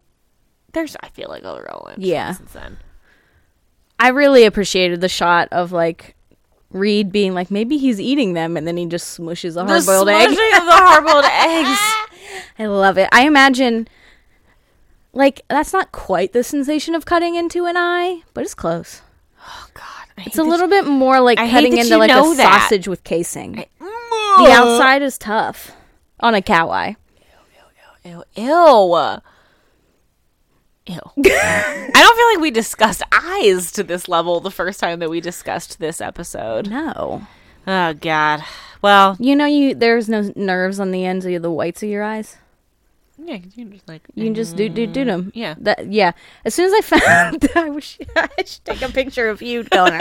There's I feel like other outlandish
Yeah.
ones since then.
I really appreciated the shot of like Reed being like, maybe he's eating them, and then he just smushes a
The
hard boiled egg.
smudging of the hard-boiled eggs.
I love it. I imagine, like, that's not quite the sensation of cutting into an eye, but it's close.
Oh god. I
It's a little bit more like
I hate
cutting
that
into
you
like
know
a
that. Oh.
sausage with casing. the outside is tough on a cow eye.
Ew. Ew. Ew. I don't feel like we discussed eyes to this level the first time that we discussed this episode.
No,
Oh God. Well,
you know you. There's no nerves on the ends of the whites of your eyes.
yeah, 'cause you can just like
You can just do do do them.
Mm, Yeah.
That yeah. As soon as I found, I wish I should take a picture of you going.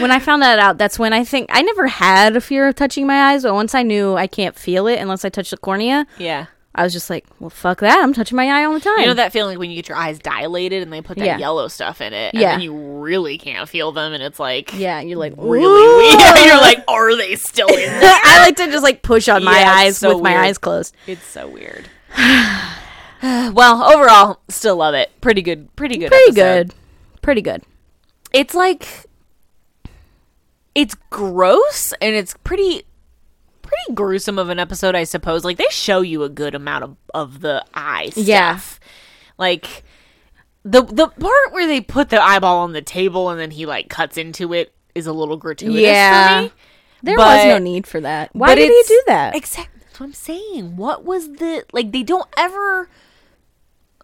when I found that out, that's when I think I never had a fear of touching my eyes, but once I knew I can't feel it unless I touch the cornea,
yeah.
I was just like, well, fuck that. I'm touching my eye all the time.
You know that feeling when you get your eyes dilated and they put that
Yeah.
yellow stuff in it, and
Yeah.
then you really can't feel them, and it's like
yeah, you're like
really weird. You're like, are they still in there?
I like to just like push on my
Yeah, it's
eyes
so
with my
weird.
eyes closed.
It's so weird. well, overall, still love it. Pretty good. Pretty good.
Pretty
episode.
good. Pretty good.
It's like it's gross and it's pretty pretty gruesome of an episode, I suppose. Like they show you a good amount of of the eye stuff.
Yeah.
Like the the part where they put the eyeball on the table and then he like cuts into it is a little gratuitous
Yeah.
for me.
There was
But-
no need for that. Why
But
did he
it's-
do that?
Exactly. That's what I'm saying. What was the like? They don't ever.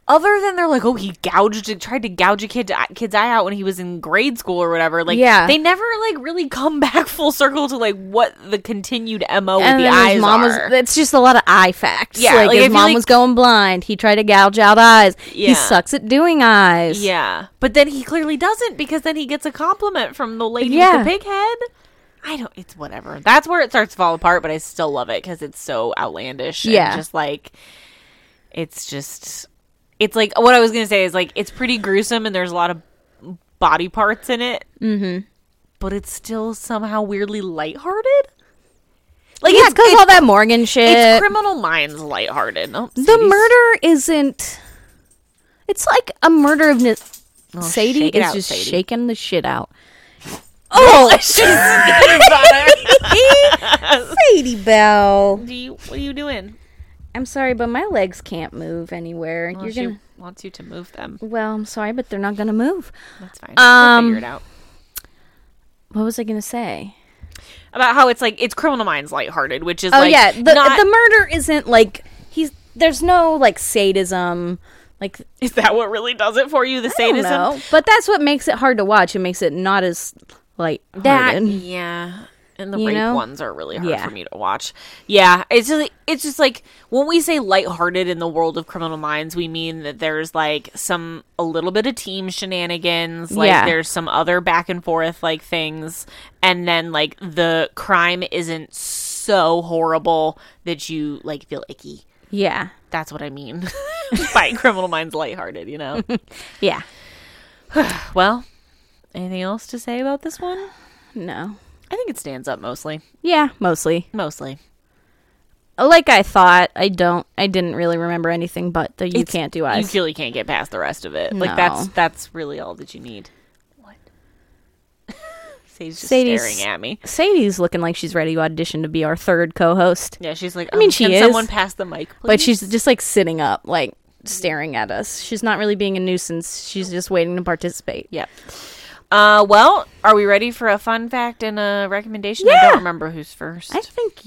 Other than they're like, oh, he gouged, tried to gouge a kid to, kid's eye out when he was in grade school or whatever. Like,
Yeah.
they never like really come back full circle to like what the continued mo with
and
the
then
eyes
his mom
are.
was it's just a lot of eye facts.
Yeah,
like,
like, I
his
feel
mom
like-
was going blind. He tried to gouge out eyes. He
Yeah.
sucks at doing eyes.
yeah, but then he clearly doesn't because then he gets a compliment from the lady
Yeah.
with the pig head. I don't. It's whatever. That's where it starts to fall apart, but I still love it because it's so outlandish. and
Yeah.
just like it's just it's like what I was gonna say is like it's pretty gruesome and there's a lot of body parts in it. Mm-hmm. But it's still somehow weirdly lighthearted. Like
Yeah,
it's,
because
it's,
all that Morgan shit.
it's Criminal Minds lighthearted. Oh,
Uh, the
Sadie's-
murder isn't. It's like a murder of. N-
Oh,
Sadie
shake it
is
out,
just
Sadie.
shaking the shit out. Oh, Sadie Bell.
Do you, what are you doing?
I'm sorry, but my legs can't move anywhere.
Unless
You're
you
gonna.
wants you to move them.
Well, I'm sorry, but they're not gonna move.
That's fine. Um, we'll figure it out.
What was I gonna say?
About how it's like it's Criminal Minds lighthearted, which is
Oh
like
yeah, the
not-
the murder isn't like he's. There's no like sadism. Like
is that what really does it for you? The
I
sadism.
don't know, but that's what makes it hard to watch. It makes it not as like
That
that.
yeah. And the
You
rape
know?
ones are really hard
Yeah.
for me to watch. Yeah, it's just like, it's just like when we say lighthearted in the world of Criminal Minds, we mean that there's like some a little bit of team shenanigans, like
Yeah.
there's some other back and forth like things, and then like the crime isn't so horrible that you like feel icky.
Yeah,
That's what I mean by Criminal Minds lighthearted, you know.
yeah.
well, anything else to say about this one?
No.
I think it stands up mostly.
Yeah, mostly.
Mostly.
Like I thought, I don't. I didn't really remember anything but the you
It's-
can't do eyes.
You really can't get past the rest of it.
No.
Like that's that's really all that you need. What? Sadie's just
Sadie's-
staring at me.
Sadie's looking like she's ready to audition to be our third co-host,
Yeah, she's like.
I mean,
um,
she
can
is,
Someone pass the mic, please.
but she's just like sitting up, like staring at us. She's not really being a nuisance. She's just waiting to participate.
Yep. Uh, well, are we ready for a fun fact and a recommendation? I
Yeah.
don't remember who's first.
I think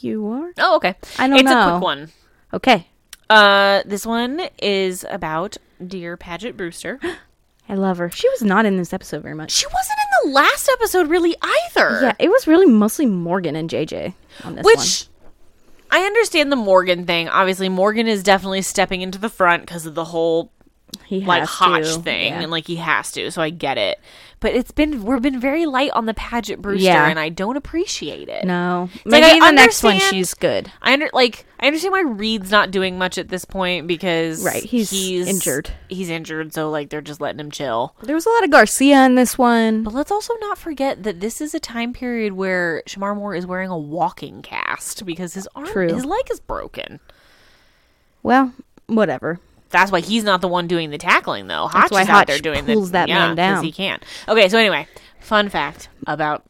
you are.
oh, okay.
I don't
it's a
know.
quick one.
Okay,
Uh, this one is about dear Paget Brewster.
I love her. She was not in this episode very much.
she wasn't in the last episode really either.
Yeah, it was really mostly Morgan and JJ on this
which
one.
I understand the Morgan thing. Obviously, Morgan is definitely stepping into the front because of the whole
He
like
has
Hotch
to,
thing,
yeah.
and like he has to. So I get it. But it's been we've been very light on the Paget Brewster,
Yeah.
and I don't appreciate it.
no,
like,
maybe
I
in the next one
understand-
she's good.
I under like I understand why Reed's not doing much at this point because
Right, he's injured.
He's injured, so like they're just letting him chill.
There was a lot of Garcia in this one.
But let's also not forget that this is a time period where Shamar Moore is wearing a walking cast because his arm,
True.
his leg is broken.
Well, whatever.
That's why he's not the one doing the tackling, though. Hotch
why
is out there
Hotch
doing
pulls
the,
that
yeah,
man
'cause
down.
He can't. Okay, so anyway, fun fact about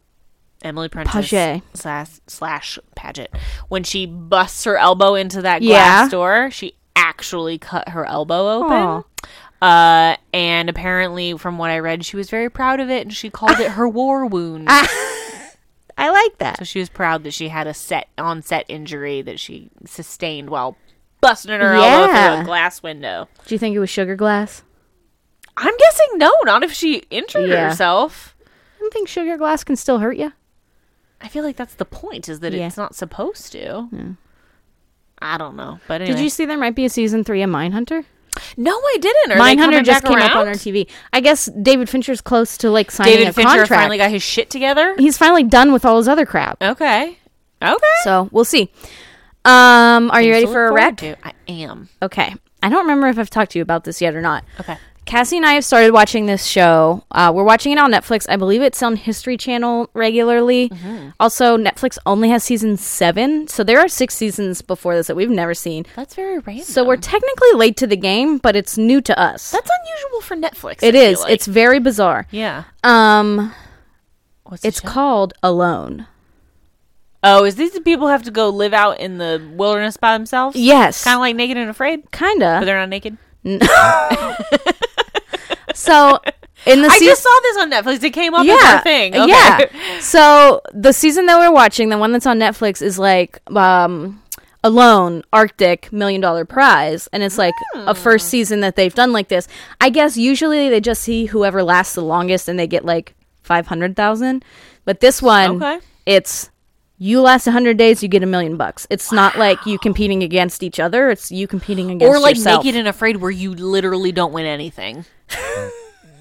Emily Prentice
Paget.
slash slash Paget when she busts her elbow into that glass
Yeah.
door, she actually cut her elbow open.
Aw.
Uh, and apparently, from what I read, she was very proud of it, and she called it her war wound.
I like that.
So she was proud that she had a set onset injury that she sustained while busting her elbow through
Yeah.
a glass window.
Do you think it was sugar glass?
I'm guessing no, not if she injured
Yeah.
herself.
I don't think sugar glass can still hurt you.
I feel like that's the point is that
Yeah.
it's not supposed to. I don't know, but
Did you see there might be a season three of Mindhunter?
No, I didn't. Are they
Mindhunter
coming
just
back
came up on
around?
our TV. I guess David Fincher's close to like signing
David
a
Fincher
contract.
finally got his shit together.
He's finally done with all his other crap.
Okay, okay.
So we'll see. Um, are you ready
So
for a
look forward
wreck?
to- I am.
Okay. I don't remember if I've talked to you about this yet or not.
Okay.
Cassie and I have started watching this show. Uh, we're watching it on Netflix. I believe it's on History Channel regularly.
Mm-hmm.
Also, Netflix only has season seven, so there are six seasons before this that we've never seen.
That's very random.
So we're technically late to the game, but it's new to us.
that's unusual for Netflix.
It
I feel
is.
like.
It's very bizarre.
yeah.
Um,
What's the
it's
show?
called Alone.
Oh, is these the people have to go live out in the wilderness by themselves?
Yes,
Kind of like Naked and Afraid, but
kinda.
they're not naked.
So in the
I
season,
just saw this on Netflix. It came up as
yeah,
our thing. Okay.
yeah. So the season that we're watching, the one that's on Netflix, is like um, Alone, Arctic, Million Dollar Prize, and it's like a
Hmm.
first season that they've done like this. I guess usually they just see whoever lasts the longest, and they get like five hundred thousand. But this one,
Okay.
it's you last 100 days you get a million bucks it's not like you competing against each other it's you competing against
Or like
yourself.
Naked and Afraid, where you literally don't win anything.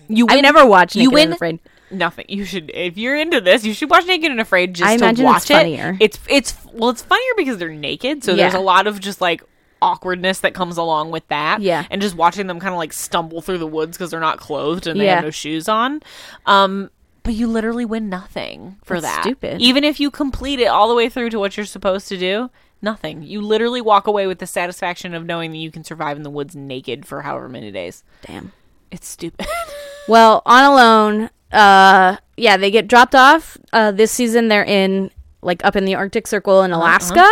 You win
i never watched
you
Naked and
win-
Afraid.
nothing. You should, if you're into this, you should watch Naked and Afraid just
I
to
imagine it's
watch it.
funnier.
It's it's well, it's funnier because they're naked, so there's a
Yeah.
lot of just like awkwardness that comes along with that.
Yeah.
and just watching them kind of like stumble through the woods because they're not clothed and they
Yeah.
have no shoes on. Um. But you literally win nothing for
That's
that.
stupid.
Even if you complete it all the way through to what you're supposed to do, nothing. You literally walk away with the satisfaction of knowing that you can survive in the woods naked for however many days.
damn
It's stupid.
well on alone uh yeah they get dropped off uh this season they're in like up in the arctic circle
Uh-huh,
in alaska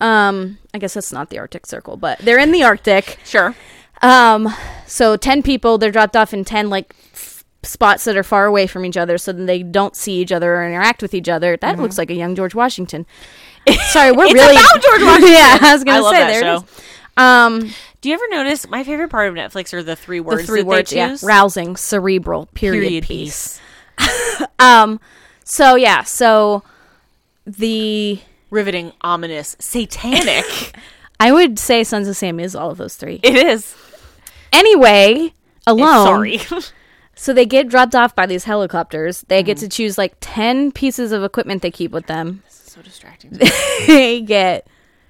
um i guess that's not the arctic circle but they're in the arctic
sure.
Um, so ten people, they're dropped off in ten like f- spots that are far away from each other, so then they don't see each other or interact with each other. That looks like a young George Washington. Sorry, we're
Mm-hmm. It's
really
about George Washington.
yeah, I was gonna
I love
say
that
there it
show.
is. Um,
Do you ever notice my favorite part of Netflix are the three
the
words?
three
that
words,
they
yeah,
choose?
rousing, cerebral, period,
Period
piece.
piece.
Um, so yeah, so the
Riveting, ominous, satanic.
I would say Sons of Sam is all of those three.
it is.
Anyway, alone.
Sorry.
So they get dropped off by these helicopters. They
Mm.
get to choose like 10 pieces of equipment they keep with them.
so distracting. to me.
They get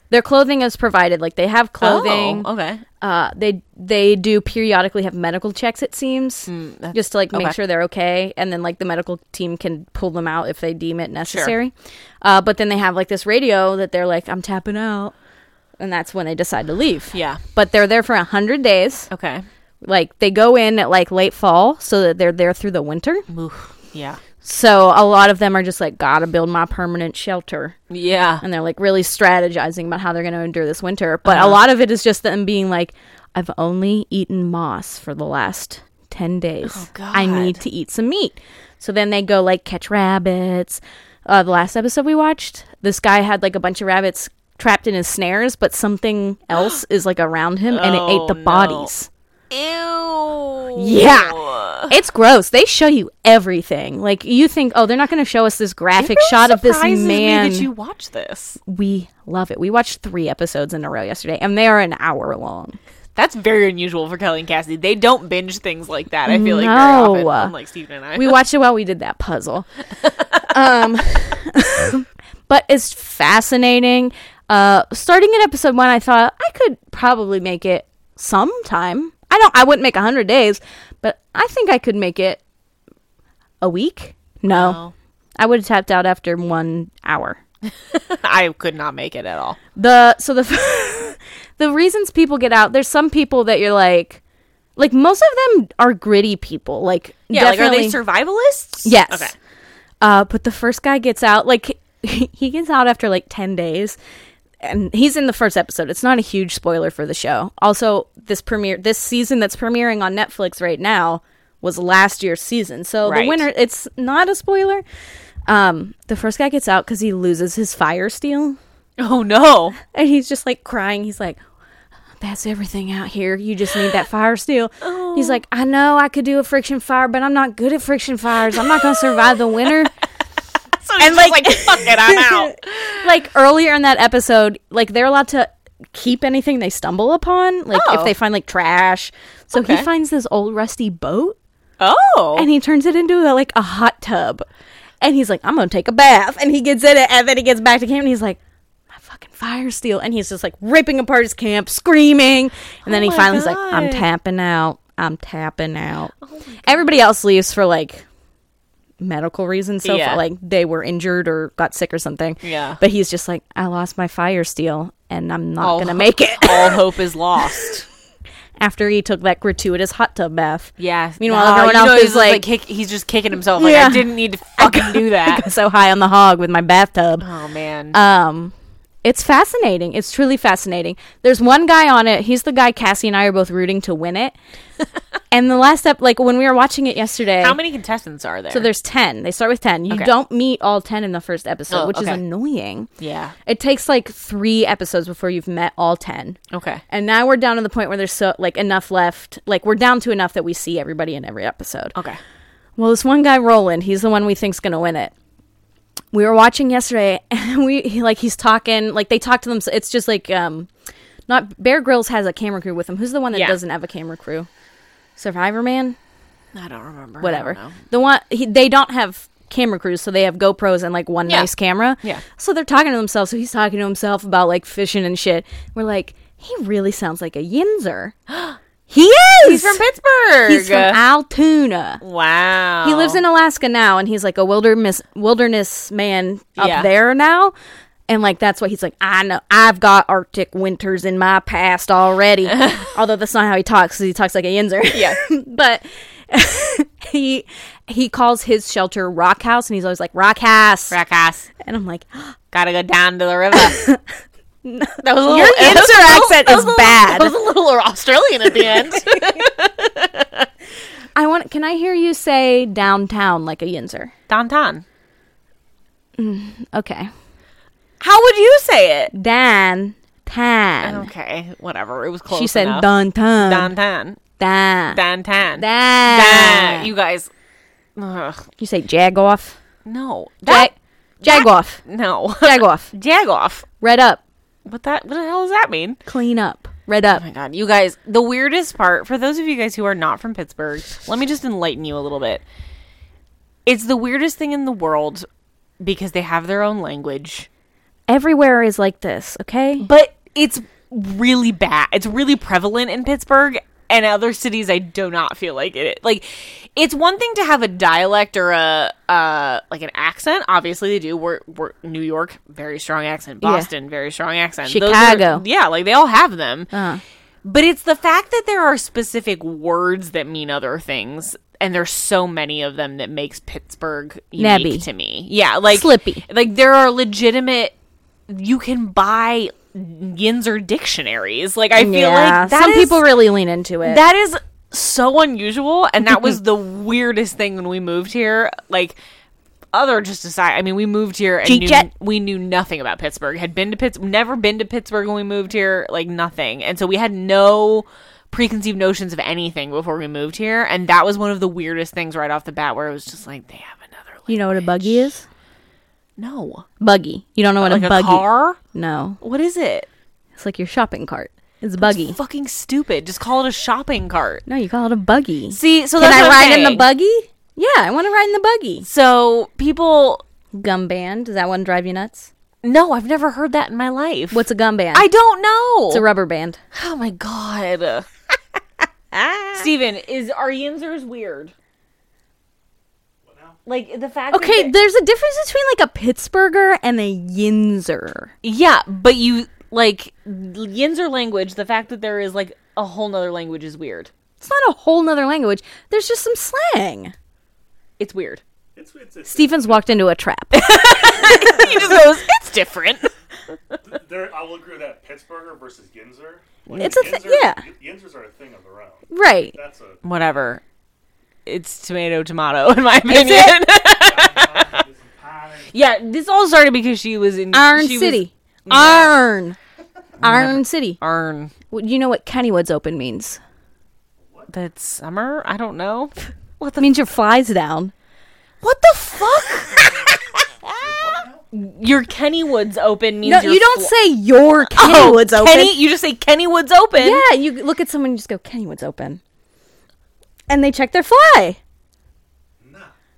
their clothing is provided. Like they have clothing.
Oh, okay.
Uh they they do periodically have medical checks it seems.
that's-
just to like make
okay.
sure they're okay and then like the medical team can pull them out if they deem it necessary. Uh but then they have like this radio that they're like I'm tapping out and that's when they decide to leave.
Yeah.
But they're there for 100 days.
Okay.
Like they go in at like late fall so that they're there through the winter.
Oof. Yeah.
So a lot of them are just like, gotta build my permanent shelter.
Yeah.
And they're like really strategizing about how they're gonna endure this winter. But
Uh-huh.
a lot of it is just them being like, I've only eaten moss for the last 10 days. I
Oh, God.
need to eat some meat. So then they go like catch rabbits. Uh, the last episode we watched, this guy had like a bunch of rabbits trapped in his snares, but something else is like around him and it
Oh,
ate the
no.
bodies.
Ew.
Yeah. It's gross. They show you everything. Like you think, oh, they're not going to show us this graphic shot of this
Surprises me
man.
that you watch this.
we love it. We watched three episodes in a row yesterday, and they are an hour long.
That's very unusual for Kelly and Cassidy. They don't binge things like that. I feel like
No.
very often, unlike Steven and I.
We watched it while we did that puzzle. um, but it's fascinating. Uh, starting in episode one, I thought I could probably make it sometime. I don't. I wouldn't make hundred days, but I think I could make it a week. No,
No.
I would have tapped out after one hour.
I could not make it at all.
the so the the reasons people get out there's some people that you're like like most of them are gritty people like
Yeah,
definitely,
like are they survivalists?
yes
Okay.
uh but the first guy gets out like he gets out after like 10 days and he's in the first episode it's not a huge spoiler for the show also this premiere this season that's premiering on netflix right now was last year's season so
Right.
the winner it's not a spoiler um the first guy gets out because he loses his fire steel
Oh no.
and he's just like crying. He's like, that's everything out here. You just need that fire steel.
Oh.
He's like, I know I could do a friction fire, but I'm not good at friction fires. I'm not going to survive the winter.
So he's and like, like fuck it, I'm out.
like earlier in that episode, like they're allowed to keep anything they stumble upon, like
Oh.
if they find like trash. So
Okay.
he finds this old rusty boat
Oh.
and he turns it into a, like a hot tub. And he's like, I'm gonna take a bath. And he gets in it, and then he gets back to camp, and he's like, my fucking fire steel. And he's just like ripping apart his camp, screaming. And then
Oh
he
my
finally's like, I'm
God. Oh
tapping out. I'm tapping out. Everybody else leaves for like medical reasons. So
Yeah.
for, like they were injured or got sick or something.
Yeah.
But he's just like, I lost my fire steel, and I'm not
All
gonna
ho-
make it.
all hope is lost.
After he took that gratuitous hot tub bath.
Yeah.
Meanwhile,
No,
everyone
you know,
else
he's
is
just, like,
like
kick, he's just kicking himself. Like
Yeah.
I didn't need to fucking do that.
so high on the hog with my bathtub.
Oh man.
Um, it's fascinating. It's truly fascinating. There's one guy on it. He's the guy Cassie and I are both rooting to win it. and the last step, like when we were watching it yesterday,
How many contestants are there?
so there's ten. They start with ten. You
Okay.
don't meet all ten in the first episode,
Oh,
which is
okay.
annoying.
yeah.
It takes like three episodes before you've met all ten.
Okay.
And now we're down to the point where there's so like enough left. Like we're down to enough that we see everybody in every episode.
Okay.
Well, this one guy, Roland, he's the one we think's gonna win it. We were watching yesterday, and we he, like he's talking like they talk to them. So it's just like um, not Bear Grylls has a camera crew with him. Who's the one that
Yeah.
doesn't have a camera crew? Survivor Man,
I don't remember. I
whatever.
don't know.
The one he, they don't have camera crews, so they have GoPros and like one
Yeah.
nice camera.
Yeah.
So they're talking to themselves. So he's talking to himself about like fishing and shit. We're like, he really sounds like a Yinzer. he is.
He's from Pittsburgh.
He's from Altoona.
wow.
He lives in Alaska now, and he's like a wilderness wilderness man up
Yeah.
there now. And like that's why he's like, I know I've got Arctic winters in my past already. Although that's not how he talks, 'cause he talks like a Yinzer.
Yeah.
but he he calls his shelter Rock House, and he's always like Rock House,
Fracas.
and I'm like,
Gotta go down to the river. that was a
your
that was a
Yinzer accent
that
is
was a little-
bad.
That was a little Australian at the end.
I want. Can I hear you say downtown like a Yinzer?
Downtown.
Okay,
How would you say it?
Dan Tan.
Okay, whatever. It was close.
She said
enough.
downtown.
downtown.
Dan.
Downtown.
Dan.
Dan. You guys. Ugh.
You say jag off.
No.
Jag,
That.
jag off.
no.
Jag off.
Jag off.
Red up.
What that? What the hell does that mean?
Clean up. Red up.
Oh my god, you guys, the weirdest part for those of you guys who are not from Pittsburgh, let me just enlighten you a little bit. It's the weirdest thing in the world because they have their own language,
Everywhere is like this, okay?
but it's really bad. It's really prevalent in Pittsburgh and other cities I do not feel like it. Like it's one thing to have a dialect or a uh like an accent, obviously they do. We're, we're New York, very strong accent.
Yeah.
Boston, very strong accent. Those are-
Chicago.
yeah, like they all have them.
Uh,
But it's the fact that there are specific words that mean other things, and there's so many of them that makes Pittsburgh unique
Nabby.
to me. Yeah, like
Slippy.
Like there are legitimate. You can buy Yinzer dictionaries. Like I feel
yeah.
like that
Some
is-
people really lean into it.
that is so unusual, and that was the weirdest thing when we moved here. Like. Other just aside, I mean, we moved here and knew,
Jet.
we knew nothing about Pittsburgh. Had been to Pitts, never been to Pittsburgh when we moved here, like nothing, and so we had no preconceived notions of anything before we moved here, and that was one of the weirdest things right off the bat, where it was just like they have another.
You know what a buggy is?
No,
Buggy. You don't know what
like
a
a
buggy?
car.
No,
What is it?
it's like your shopping cart. It's buggy.
Fucking stupid. Just call it a shopping cart.
No, you call it a buggy.
See, so
Can
that's
I
what I'm
ride in the
saying.
buggy? Yeah, I want to ride in the buggy.
So people,
Gum band. Does that one drive you nuts?
no, I've never heard that in my life.
What's a gum band?
I don't know.
it's a rubber band.
oh my god. Steven, is are Yinzers weird? Like the fact. that
Okay,
they-
there's a difference between like a Pittsburgher and a Yinzer.
yeah, but you like Yinzer language. The fact that there is like a whole nother language is weird.
It's not a whole nother language. There's just some slang.
It's weird.
It's, it's, it's,
Stephen's walked into a trap.
He just goes, "It's different."
there, I will agree with that. Pittsburgher versus Ginzer. Like,
It's a thi-
Ginzers-
yeah.
Ginzers are a thing of their own.
right.
That's a.
Whatever. It's tomato, tomato, in my opinion.
it's a panic.
yeah, this all started because she was in
Iron
she was-
City. Iron. Iron City.
Arn.
Well, You know what Kennywood's open means?
That summer? I don't know.
What the means your flies down.
What the fuck? your Kennywood's open means
No,
your
you don't
fl-
say your
Oh,
Kennywood's open.
Kenny, you just say Kennywood's open.
Yeah, you look at someone and just go, Kennywood's open. And they check their fly.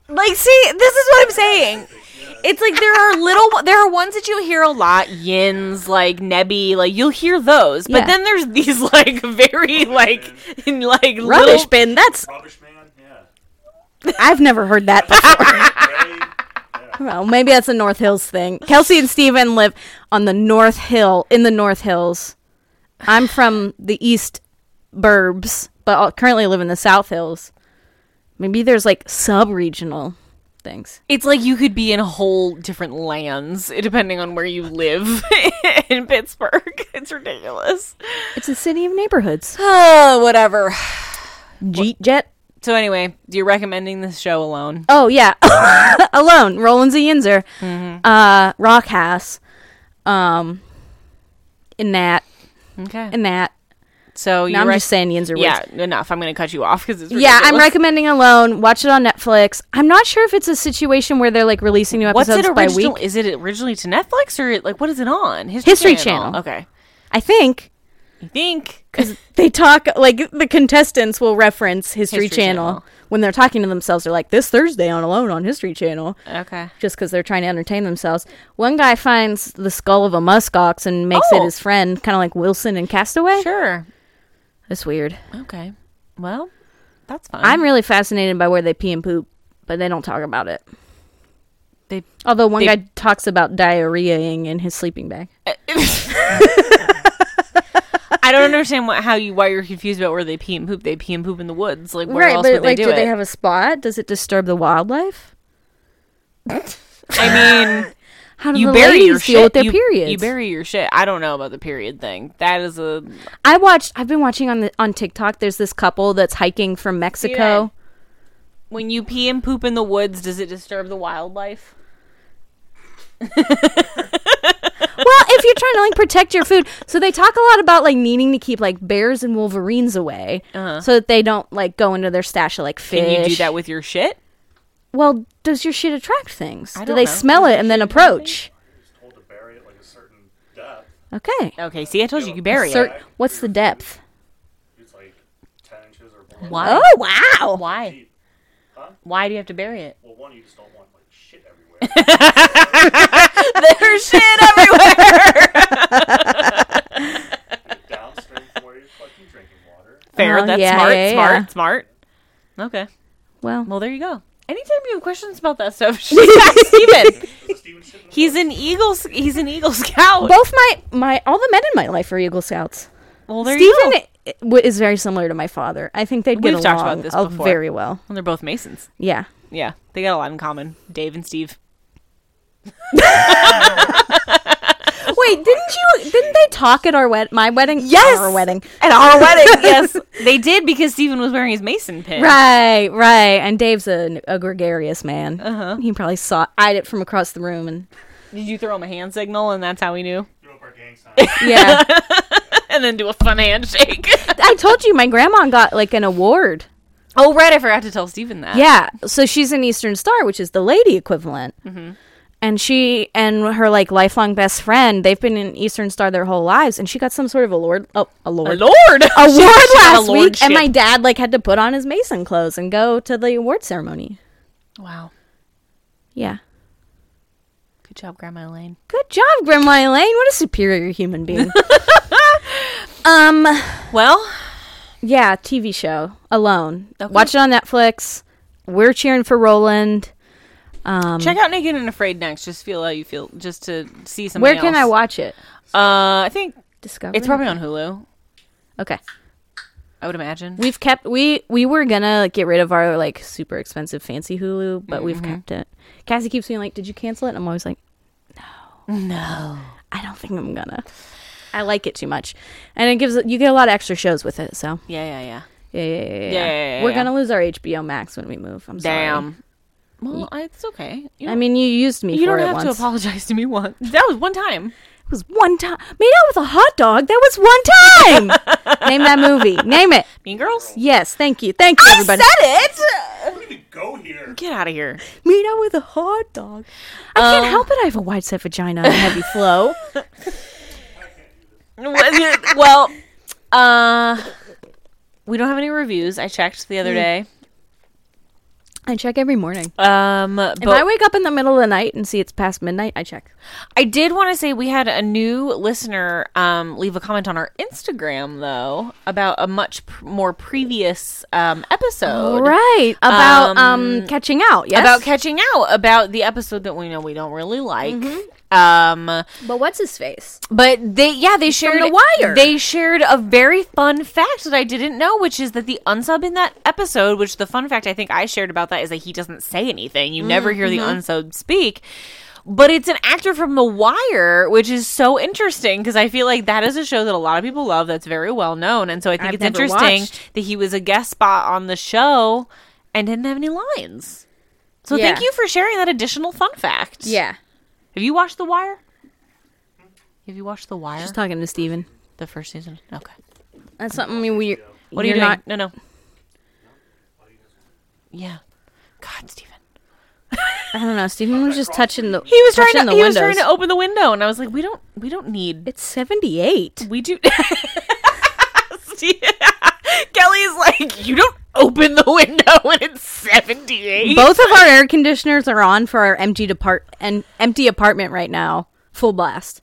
Like, see, this is what I'm saying. It's like there are little, there are ones that you hear a lot, yins, like nebby, like you'll hear those, but
Yeah.
then there's these like very like in like
Rubbish
little,
bin. That's
Rubbish man, yeah.
I've never heard that before.
Ray,
well, maybe that's a North Hills thing. Kelsey and Steven live on the North Hill in the North Hills. I'm from the East Burbs, but I currently live in the South Hills. Maybe there's like sub-regional things.
It's like you could be in whole different lands eh, depending on where you live in Pittsburgh. It's ridiculous.
It's a city of neighborhoods.
Oh, whatever.
Jeet jet.
So anyway, you're recommending this show alone.
Oh yeah, alone. Roland's a Yinzer. Uh, Rock House. Um, in that,
Okay.
in that.
so
Now
you're
I'm
rec-
just saying Yinzer.
yeah,
words.
enough. I'm going to cut you off because it's
Yeah, I'm
ridiculous.
recommending Alone. Watch it on Netflix. I'm not sure if it's a situation where they're like releasing new
What's
episodes
it
by
original?
week.
Is it originally to Netflix or like what is it on? History,
History Channel.
Okay.
I think
I think because
they talk like the contestants will reference History,
History
Channel.
Channel.
when they're talking to themselves. They're like, "This Thursday on Alone on History Channel,"
okay.
just because they're trying to entertain themselves. One guy finds the skull of a muskox and makes it
Oh.
his friend, kind of like Wilson and Castaway.
Sure. Uh-huh.
That's weird.
Okay. Well, that's fine.
I'm really fascinated by where they pee and poop, but they don't talk about it.
They-
Although one
they-
guy talks about diarrheaing in his sleeping bag.
I don't understand what, how you why you're confused about where they pee and poop. They pee and poop in the woods. Like where else would they
like,
do, it?
they have a spot? Does it disturb the wildlife?
I mean,
How do
you
the
bury
ladies
your
deal
shit.
with their
you,
periods?
you bury your shit. I don't know about the period thing. That is a
I watched. I've been watching on the on TikTok. There's this couple that's hiking from Mexico.
when you pee and poop in the woods. Does it disturb the wildlife?
well, if you're trying to like protect your food, so they talk a lot about like needing to keep like bears and wolverines away, so that they don't like go into their stash of like fish.
Uh-huh. Can you do that with your shit?
Well, does your shit attract things?
I
do
don't
they
know.
smell it and then approach?
Just told to bury it like a certain depth.
Okay.
Okay, see, I told you you could bury
Cer-
it.
what's the depth?
It's like 10 inches or below.
Why?
Oh wow!
Why?
Deep. Huh?
Why do you have to bury it?
Well, one, you just don't want like shit everywhere.
There's shit everywhere.
Downstream from where you're fucking drinking water.
Fair.
Oh,
that's
yeah,
smart.
yeah,
smart.
yeah.
Smart. Okay.
Well,
Well, there you go. Anytime you have questions about that stuff, just ask Steven.
Does Steven shit in the
He's an Eagle. S- He's an Eagle Scout.
both my my all the men in my life are Eagle Scouts.
Well, there you go.
Stephen i- w- is very similar to my father. I think they'd get
We've
along
talked about this
uh,
before.
very well.
Well, they're both Masons.
Yeah.
Yeah, they got a lot in common. Dave and Steve.
Wait, didn't you? Didn't they talk at our wed my wedding?
Yes!
our wedding.
At our wedding, yes, they did because Stephen was wearing his Mason pin.
Right, right. And Dave's a, a gregarious man. Uh-huh. He probably saw eyed it from across the room, and
Did you throw him a hand signal, and that's how we knew?
Threw up our gang sign.
yeah,
and then do a fun handshake.
I told you my grandma got like an award.
oh, right. I forgot to tell Steven that.
Yeah. So she's an Eastern Star, which is the lady equivalent.
Mm-hmm.
And she and her like lifelong best friend, they've been an Eastern Star their whole lives, and she got some sort of a lord, oh, a lord,
Lord. Oh.
award
She got a
last week.
lordship.
And my dad like had to put on his Mason clothes and go to the award ceremony.
Wow.
Yeah.
Good job, Grandma Elaine.
Good job, Grandma Elaine. What a superior human being. um,
Well,
yeah, TV show Alone.
Okay.
Watch it on Netflix. We're cheering for Roland. Um,
check out Naked and Afraid next. Just feel how you feel, just to see something.
where can I
else.
watch it?
Uh, I think
Discover.
it's probably on Hulu.
okay.
I would imagine.
We've kept we we were gonna get rid of our like super expensive fancy Hulu, but we've
Mm-hmm.
kept it. Cassie keeps being like, "Did you cancel it?" And I'm always like,
No.
"I don't think I'm gonna." I like it too much, and it gives you get a lot of extra shows with it. So
Yeah, yeah, yeah.
yeah, yeah, yeah. yeah.
Yeah, yeah, yeah,
we're
yeah.
gonna lose our HBO Max when we move. I'm sorry.
Damn. Well, I, it's okay. You
I mean, you used me.
you
for
don't
it
have to
once.
apologize to me once. That was one time.
It was one time made out with a hot dog. That was one time. Name that movie. Name it.
Mean Girls.
Yes. Thank you. Thank you, everybody.
it.
We need to go here.
Get out of here.
made out with a hot dog. I can't help it. I have a wide set vagina and heavy flow.
well, uh, we don't have any reviews. I checked the other day.
I check every morning.
Um, but
if I wake up in the middle of the night and see it's past midnight, I check.
I did want to say we had a new listener um, leave a comment on our Instagram though about a much pr- more previous um, episode.
Right about um, catching out. Yes.
About catching out about the episode that we know we don't really like. Um,
but what's his face?
but they yeah they shared
The Wire.
They shared a very fun fact that I didn't know, which is that the unsub in that episode, which the fun fact I think I shared about that is that he doesn't say anything. You never hear the
Mm-hmm.
unsub speak. But it's an actor from The Wire, which is so interesting because I feel like that is a show that a lot of people love that's very well known. And so I think
I've
it's
never
interesting
watched.
that he was a guest spot on the show and didn't have any lines. So thank
Yeah.
you for sharing that additional fun fact.
Yeah,
Have you watched The Wire? Have you watched The Wire?
just talking to Steven.
The first season. Okay.
That's something we. we
What are you doing?
you're not-
no, no. Yeah. God, Steven.
I don't know. Steven was just touching the.
He was trying to.
touching
he
the
was trying
windows.
to open the window, and I was like, "We don't. We don't need.
It's seventy eight.
We do." Steve- Kelly's like, "You don't open the window when it's seventy-eight.
Both of our air conditioners are on for our empty depart and empty apartment right now, full blast.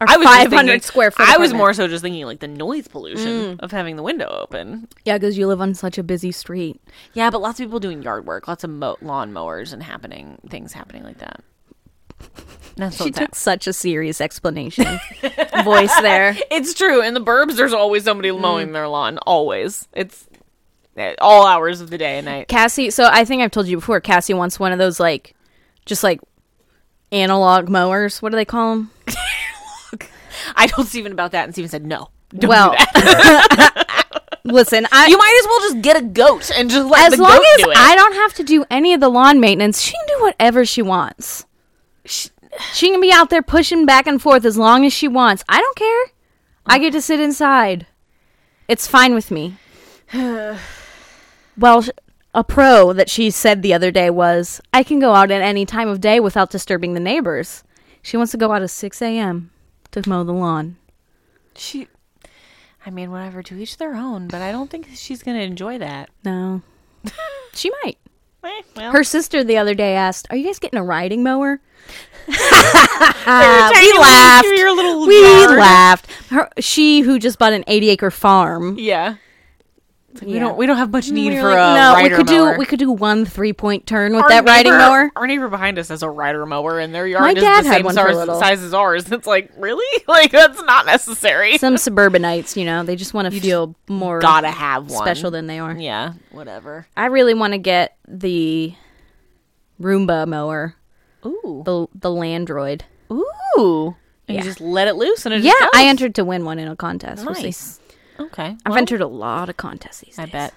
Our
I was just
500
thinking-
square foot.
I was
apartment.
more so just thinking like the noise pollution of having the window open.
Yeah, because you live on such a busy street.
Yeah, but lots of people doing yard work, lots of mo- lawn mowers and happening things happening like that. That's
She
what's
took such a serious explanation voice there.
It's true. In the burbs, there's always somebody mowing their lawn. Always. It's at all hours of the day and night.
Cassie, so I think I've told you before, Cassie wants one of those like, just like analog mowers. What do they call them?
I told Steven about that, and Steven said, no. Don't
Well,
do that.
listen, I
you might as well just get a goat and just let
as
the
long
goat
as
do it.
I don't have to do any of the lawn maintenance, she can do whatever she wants. She, can be out there pushing back and forth as long as she wants. I don't care. I get to sit inside. It's fine with me. well, sh- a pro that she said the other day was, I can go out at any time of day without disturbing the neighbors. She wants to go out at 6 a.m. to mow the lawn.
she, I mean, whatever. To each their own. But I don't think she's going to enjoy that.
No. she might.
Eh, well,
Her sister the other day asked, "Are you guys getting a riding mower?"
Every time you
we
walk
laughed.
through your little
We
yard.
laughed. Her, she who just bought an eighty-acre farm.
Yeah. It's like, We
Yeah.
don't. We don't have much need
We
for
were like,
a
no,
rider
we could
mower.
do we could do one three-point turn with
Our
that riding
neighbor-
mower.
Our neighbor behind us has a rider mower, and their yard
My
is
dad
the
had
same
one for
size,
little.
size as ours. It's like really, like that's not necessary.
Some suburbanites, you know, they just want to feel more
Gotta have one.
special than they are.
yeah, whatever.
I really want to get the Roomba mower,
Ooh,
the the Landroid.
ooh. And you
Yeah.
just let it loose, and it
Yeah,
just goes.
I entered to win one in a contest. We'll see.
Nice. Okay,
I've entered a lot of contests these
I
days.
bet.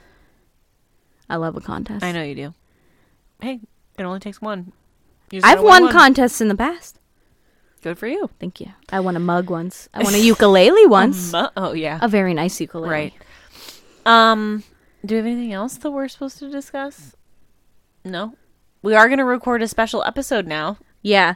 I love a contest.
I know you do. Hey, it only takes one. You just
I've
gotta win
won
one.
contests in the past.
Good for you.
Thank you. I won a mug once. I won a ukulele once.
Mu- oh yeah.
a very nice ukulele.
Right. Um, do we have anything else that we're supposed to discuss? No. We are going to record a special episode now.
Yeah.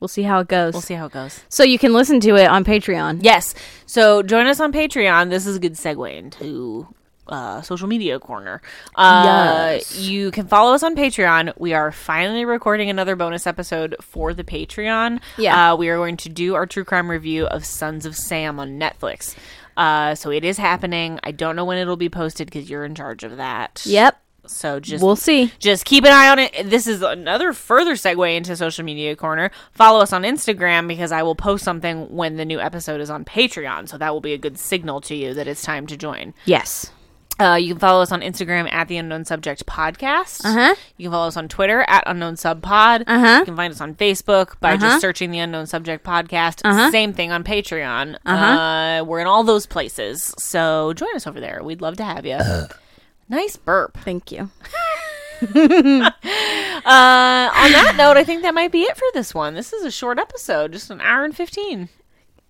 We'll see how it goes.
We'll see how it goes.
So you can listen to it on Patreon.
Yes. So join us on Patreon. This is a good segue into uh, social media corner. Uh,
Yes.
You can follow us on Patreon. We are finally recording another bonus episode for the Patreon.
Yeah.
Uh, we are going to do our true crime review of Sons of Sam on Netflix. Uh, so it is happening. I don't know when it'll be posted because you're in charge of that.
Yep.
So just
We'll see.
just keep an eye on it. This is another further segue into social media corner. Follow us on Instagram because I will post something when the new episode is on Patreon. So that will be a good signal to you that it's time to join.
Yes.
Uh, you can follow us on Instagram at the Unknown Subject Podcast.
Uh-huh.
You can follow us on Twitter at Unknown Sub Pod.
Uh-huh.
You can find us on Facebook by just searching the Unknown Subject Podcast.
Uh-huh.
Same thing on Patreon. Uh, we're in all those places. So join us over there. We'd love to have you.
Uh-huh.
Nice burp.
Thank you.
Uh, on that note, I think that might be it for this one. This is a short episode, just an hour and 15.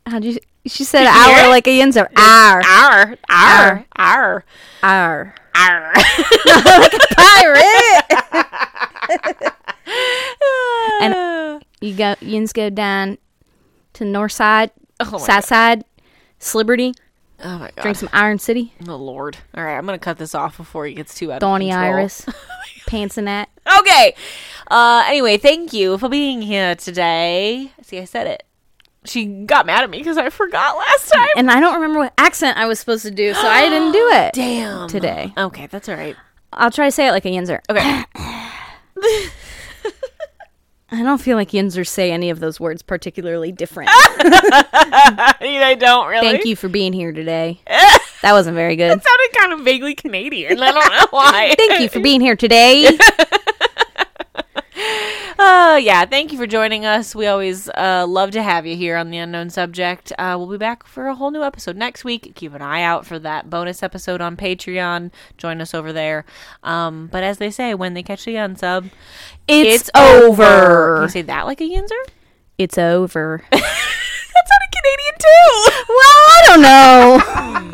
How'd you? She said
you hear
hour
it?
like a yinzer. Hour.
Hour, hour, hour,
Hour.
hour.
Pirate. You go. Yins go down to north side,
Oh my
south side, Sliberty.
oh my god.
Drink some Iron City.
Oh lord. All right, I'm going to cut this off before it gets too out
Donny
of control. Oh
Iris. Pants and that.
Okay. Uh, anyway, thank you for being here today. See, I said it. She got mad at me because I forgot last time.
And I don't remember what accent I was supposed to do, so I didn't do it
Damn.
today.
Okay, that's all right.
I'll try to say it like a yinzer.
Okay.
I don't feel like yinzers say any of those words particularly different.
I mean, I don't really.
Thank you for being here today. that wasn't very good.
Sounded kind of vaguely Canadian. I don't know why.
Thank you for being here today.
Oh, yeah. Thank you for joining us. We always uh, love to have you here on The Unknown Subject. Uh, we'll be back for a whole new episode next week. Keep an eye out for that bonus episode on Patreon. Join us over there. Um, but as they say, when they catch the unsub,
It's
Can you
over.
say that like a yinzer?
It's over.
That sounded Canadian, too.
Well, I don't know.